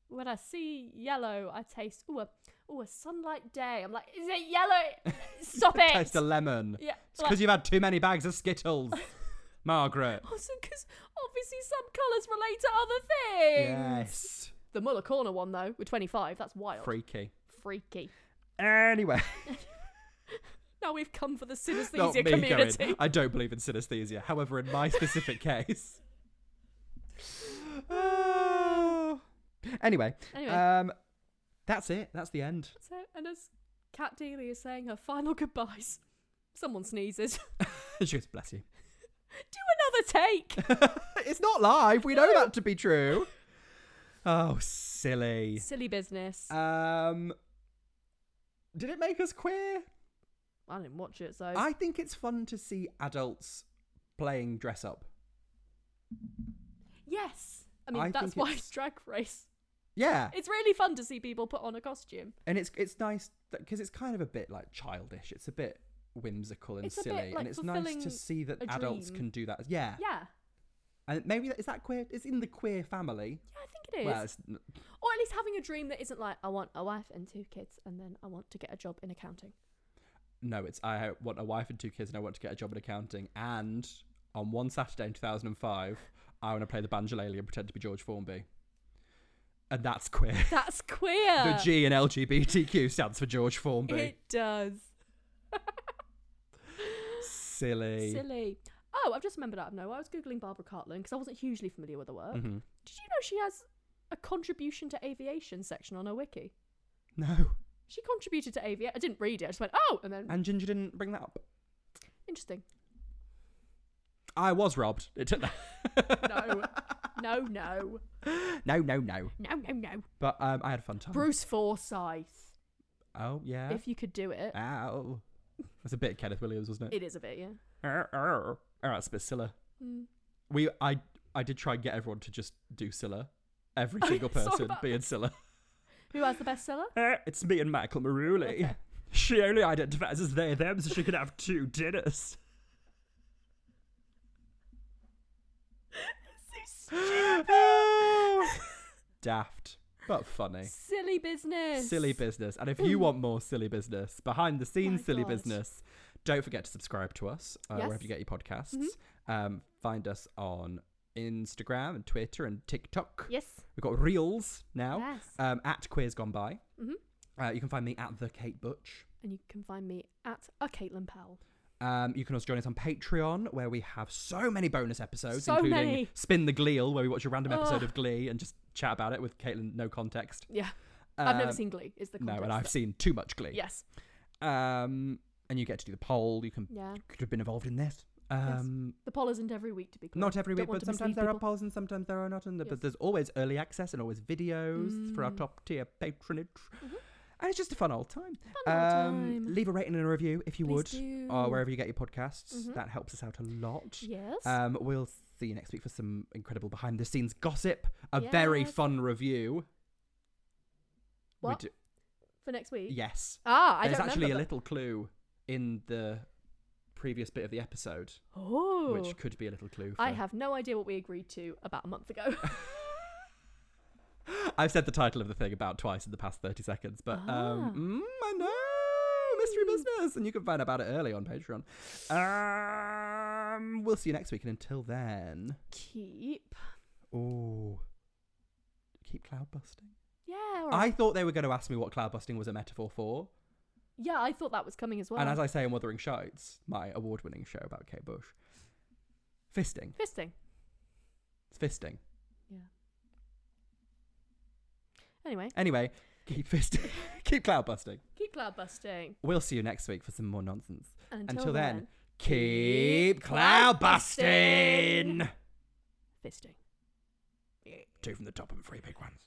when I see yellow, I taste ooh, a, ooh, a sunlight day. I'm like, is it yellow? Stop it.
Taste a lemon.
yeah.
It's because you've had too many bags of Skittles, Margaret.
because obviously some colours relate to other things.
Yes.
The Muller Corner one though, with 25, that's wild.
Freaky.
Freaky.
Anyway.
Now we've come for the
Not me
synesthesia
going,
community.
I don't believe in synesthesia. However, in my specific case. Oh. Anyway,
Anyway,
um, that's it. That's the end.
so, and as Kat Deely is saying her final goodbyes, someone sneezes.
she goes, bless you.
Do another take.
it's not live. We know that to be true. Oh, silly.
Silly business.
Um, did it make us queer?
I didn't watch it, so
I think it's fun to see adults playing dress up.
yes. I mean,
I
that's
think
why
it's-
it's Drag Race.
Yeah,
It's really fun to see people put on a costume.
and it's it's nice because it's kind of a bit like childish. It's a bit whimsical and
It's a bit,
silly,
like,
and it's nice to
fulfilling
see that
a
adults
dream.
can do that. Yeah,
Yeah,
and maybe that, is that queer? It's in the queer family.
yeah, I think it is.
Well, it's, n-
or at least having a dream that isn't like I want a wife and two kids, and then I want to get a job in accounting.
no, it's I want a wife and two kids, and I want to get a job in accounting. And on one Saturday in two thousand and five, I want to play the banjolele and pretend to be George Formby, and that's queer.
That's queer.
the G in LGBTQ stands for George Formby.
It does.
silly.
Silly. Oh, I've just remembered out of nowhere. I was googling Barbara Cartland because I wasn't hugely familiar with her work.
Mhm.
Did you know she has a contribution to aviation section on her wiki?
No,
She contributed to aviation. I didn't read it. I just went, oh, and then
and Ginger didn't bring that up.
interesting.
I was robbed. It took that.
No, no, no,
No, no, no.
no, no, no.
But um, I had a fun time.
Bruce Forsyth.
Oh yeah.
If you could do it,
Ow. That's a bit Kenneth Williams, wasn't it?
it is a bit, yeah.
Arr, arr. Oh, that's a bit Scylla.
Mm.
We, I, I did try and get everyone to just do Scylla. Every single
Sorry
person
about
being Scylla.
Who has the bestseller?
Arr, it's me and Michael Maruli.
Okay.
She only identifies as they them, so she could have two dinners. Oh. Daft, but funny.
Silly business. Oh
Silly business. And if you want more silly business, behind the scenes
Hmm. My
silly
God.
business, don't forget to subscribe to us uh,
Yes. Mm-hmm.
wherever you get your podcasts. Um, find us on Instagram and Twitter and TikTok.
Yes.
We've got Reels now
Yes.
um, at Queers Gone By.
Mhm.
Uh, you can find me at the Kate Butch.
and you can find me at a Caitlin Powell.
Um, you can also join us on Patreon, where we have so many bonus episodes,
So
including
many.
Spin the Gleal, where we watch a random episode
Ugh.
of Glee and just chat about it with Caitlin, no context.
Yeah, I've never
Um,
seen Glee. Is the
No,
context
and I've
there.
seen too much Glee.
Yes.
Um, and you get to do the poll. You can
Yeah.
could have been involved in this. Um,
The poll isn't every week to be clear.
Not every
Don't
week,
want
but
to mislead
sometimes there are
people.
polls and sometimes there are not. And the,
Yes.
But there's always early access and always videos for our
Mm.
top tier patronage.
Mhm.
And it's just a fun old time.
Fun old
Um,
time.
Leave a rating and a review if you
Please
would,
do.
or uh, wherever you get your podcasts.
Mhm.
That helps us out a lot.
Yes.
Um, we'll see you next week for some incredible behind the scenes gossip, a very
Yes.
fun review. We
What?
do-
for next week.
yes.
Ah, I
There's
don't
actually a
remember
little clue in the previous bit of the episode,
that. Oh.
which could be a little clue. For...
I have no idea what we agreed to about a month ago.
I've said the title of the thing about twice in the past 30 seconds, but um, mm, I know mystery
Mm.
business, and you can find out about it early on Patreon. Um, we'll see you next week, and until then,
Keep.
oh, keep cloud busting.
Yeah. all right.
I thought they were going to ask me what cloud busting was a metaphor for,
Yeah, I thought that was coming as well.
and as I say in Wuthering Heights, my award-winning show about Kate Bush, fisting,
Fisting.
it's fisting.
Anyway,
Anyway, keep fisting, keep cloud busting.
keep cloud busting.
We'll see you next week for some more nonsense.
And until,
Until, then,
then,
keep
keep
cloud
cloud busting.
busting.
fisting.
Two from the top and three big ones.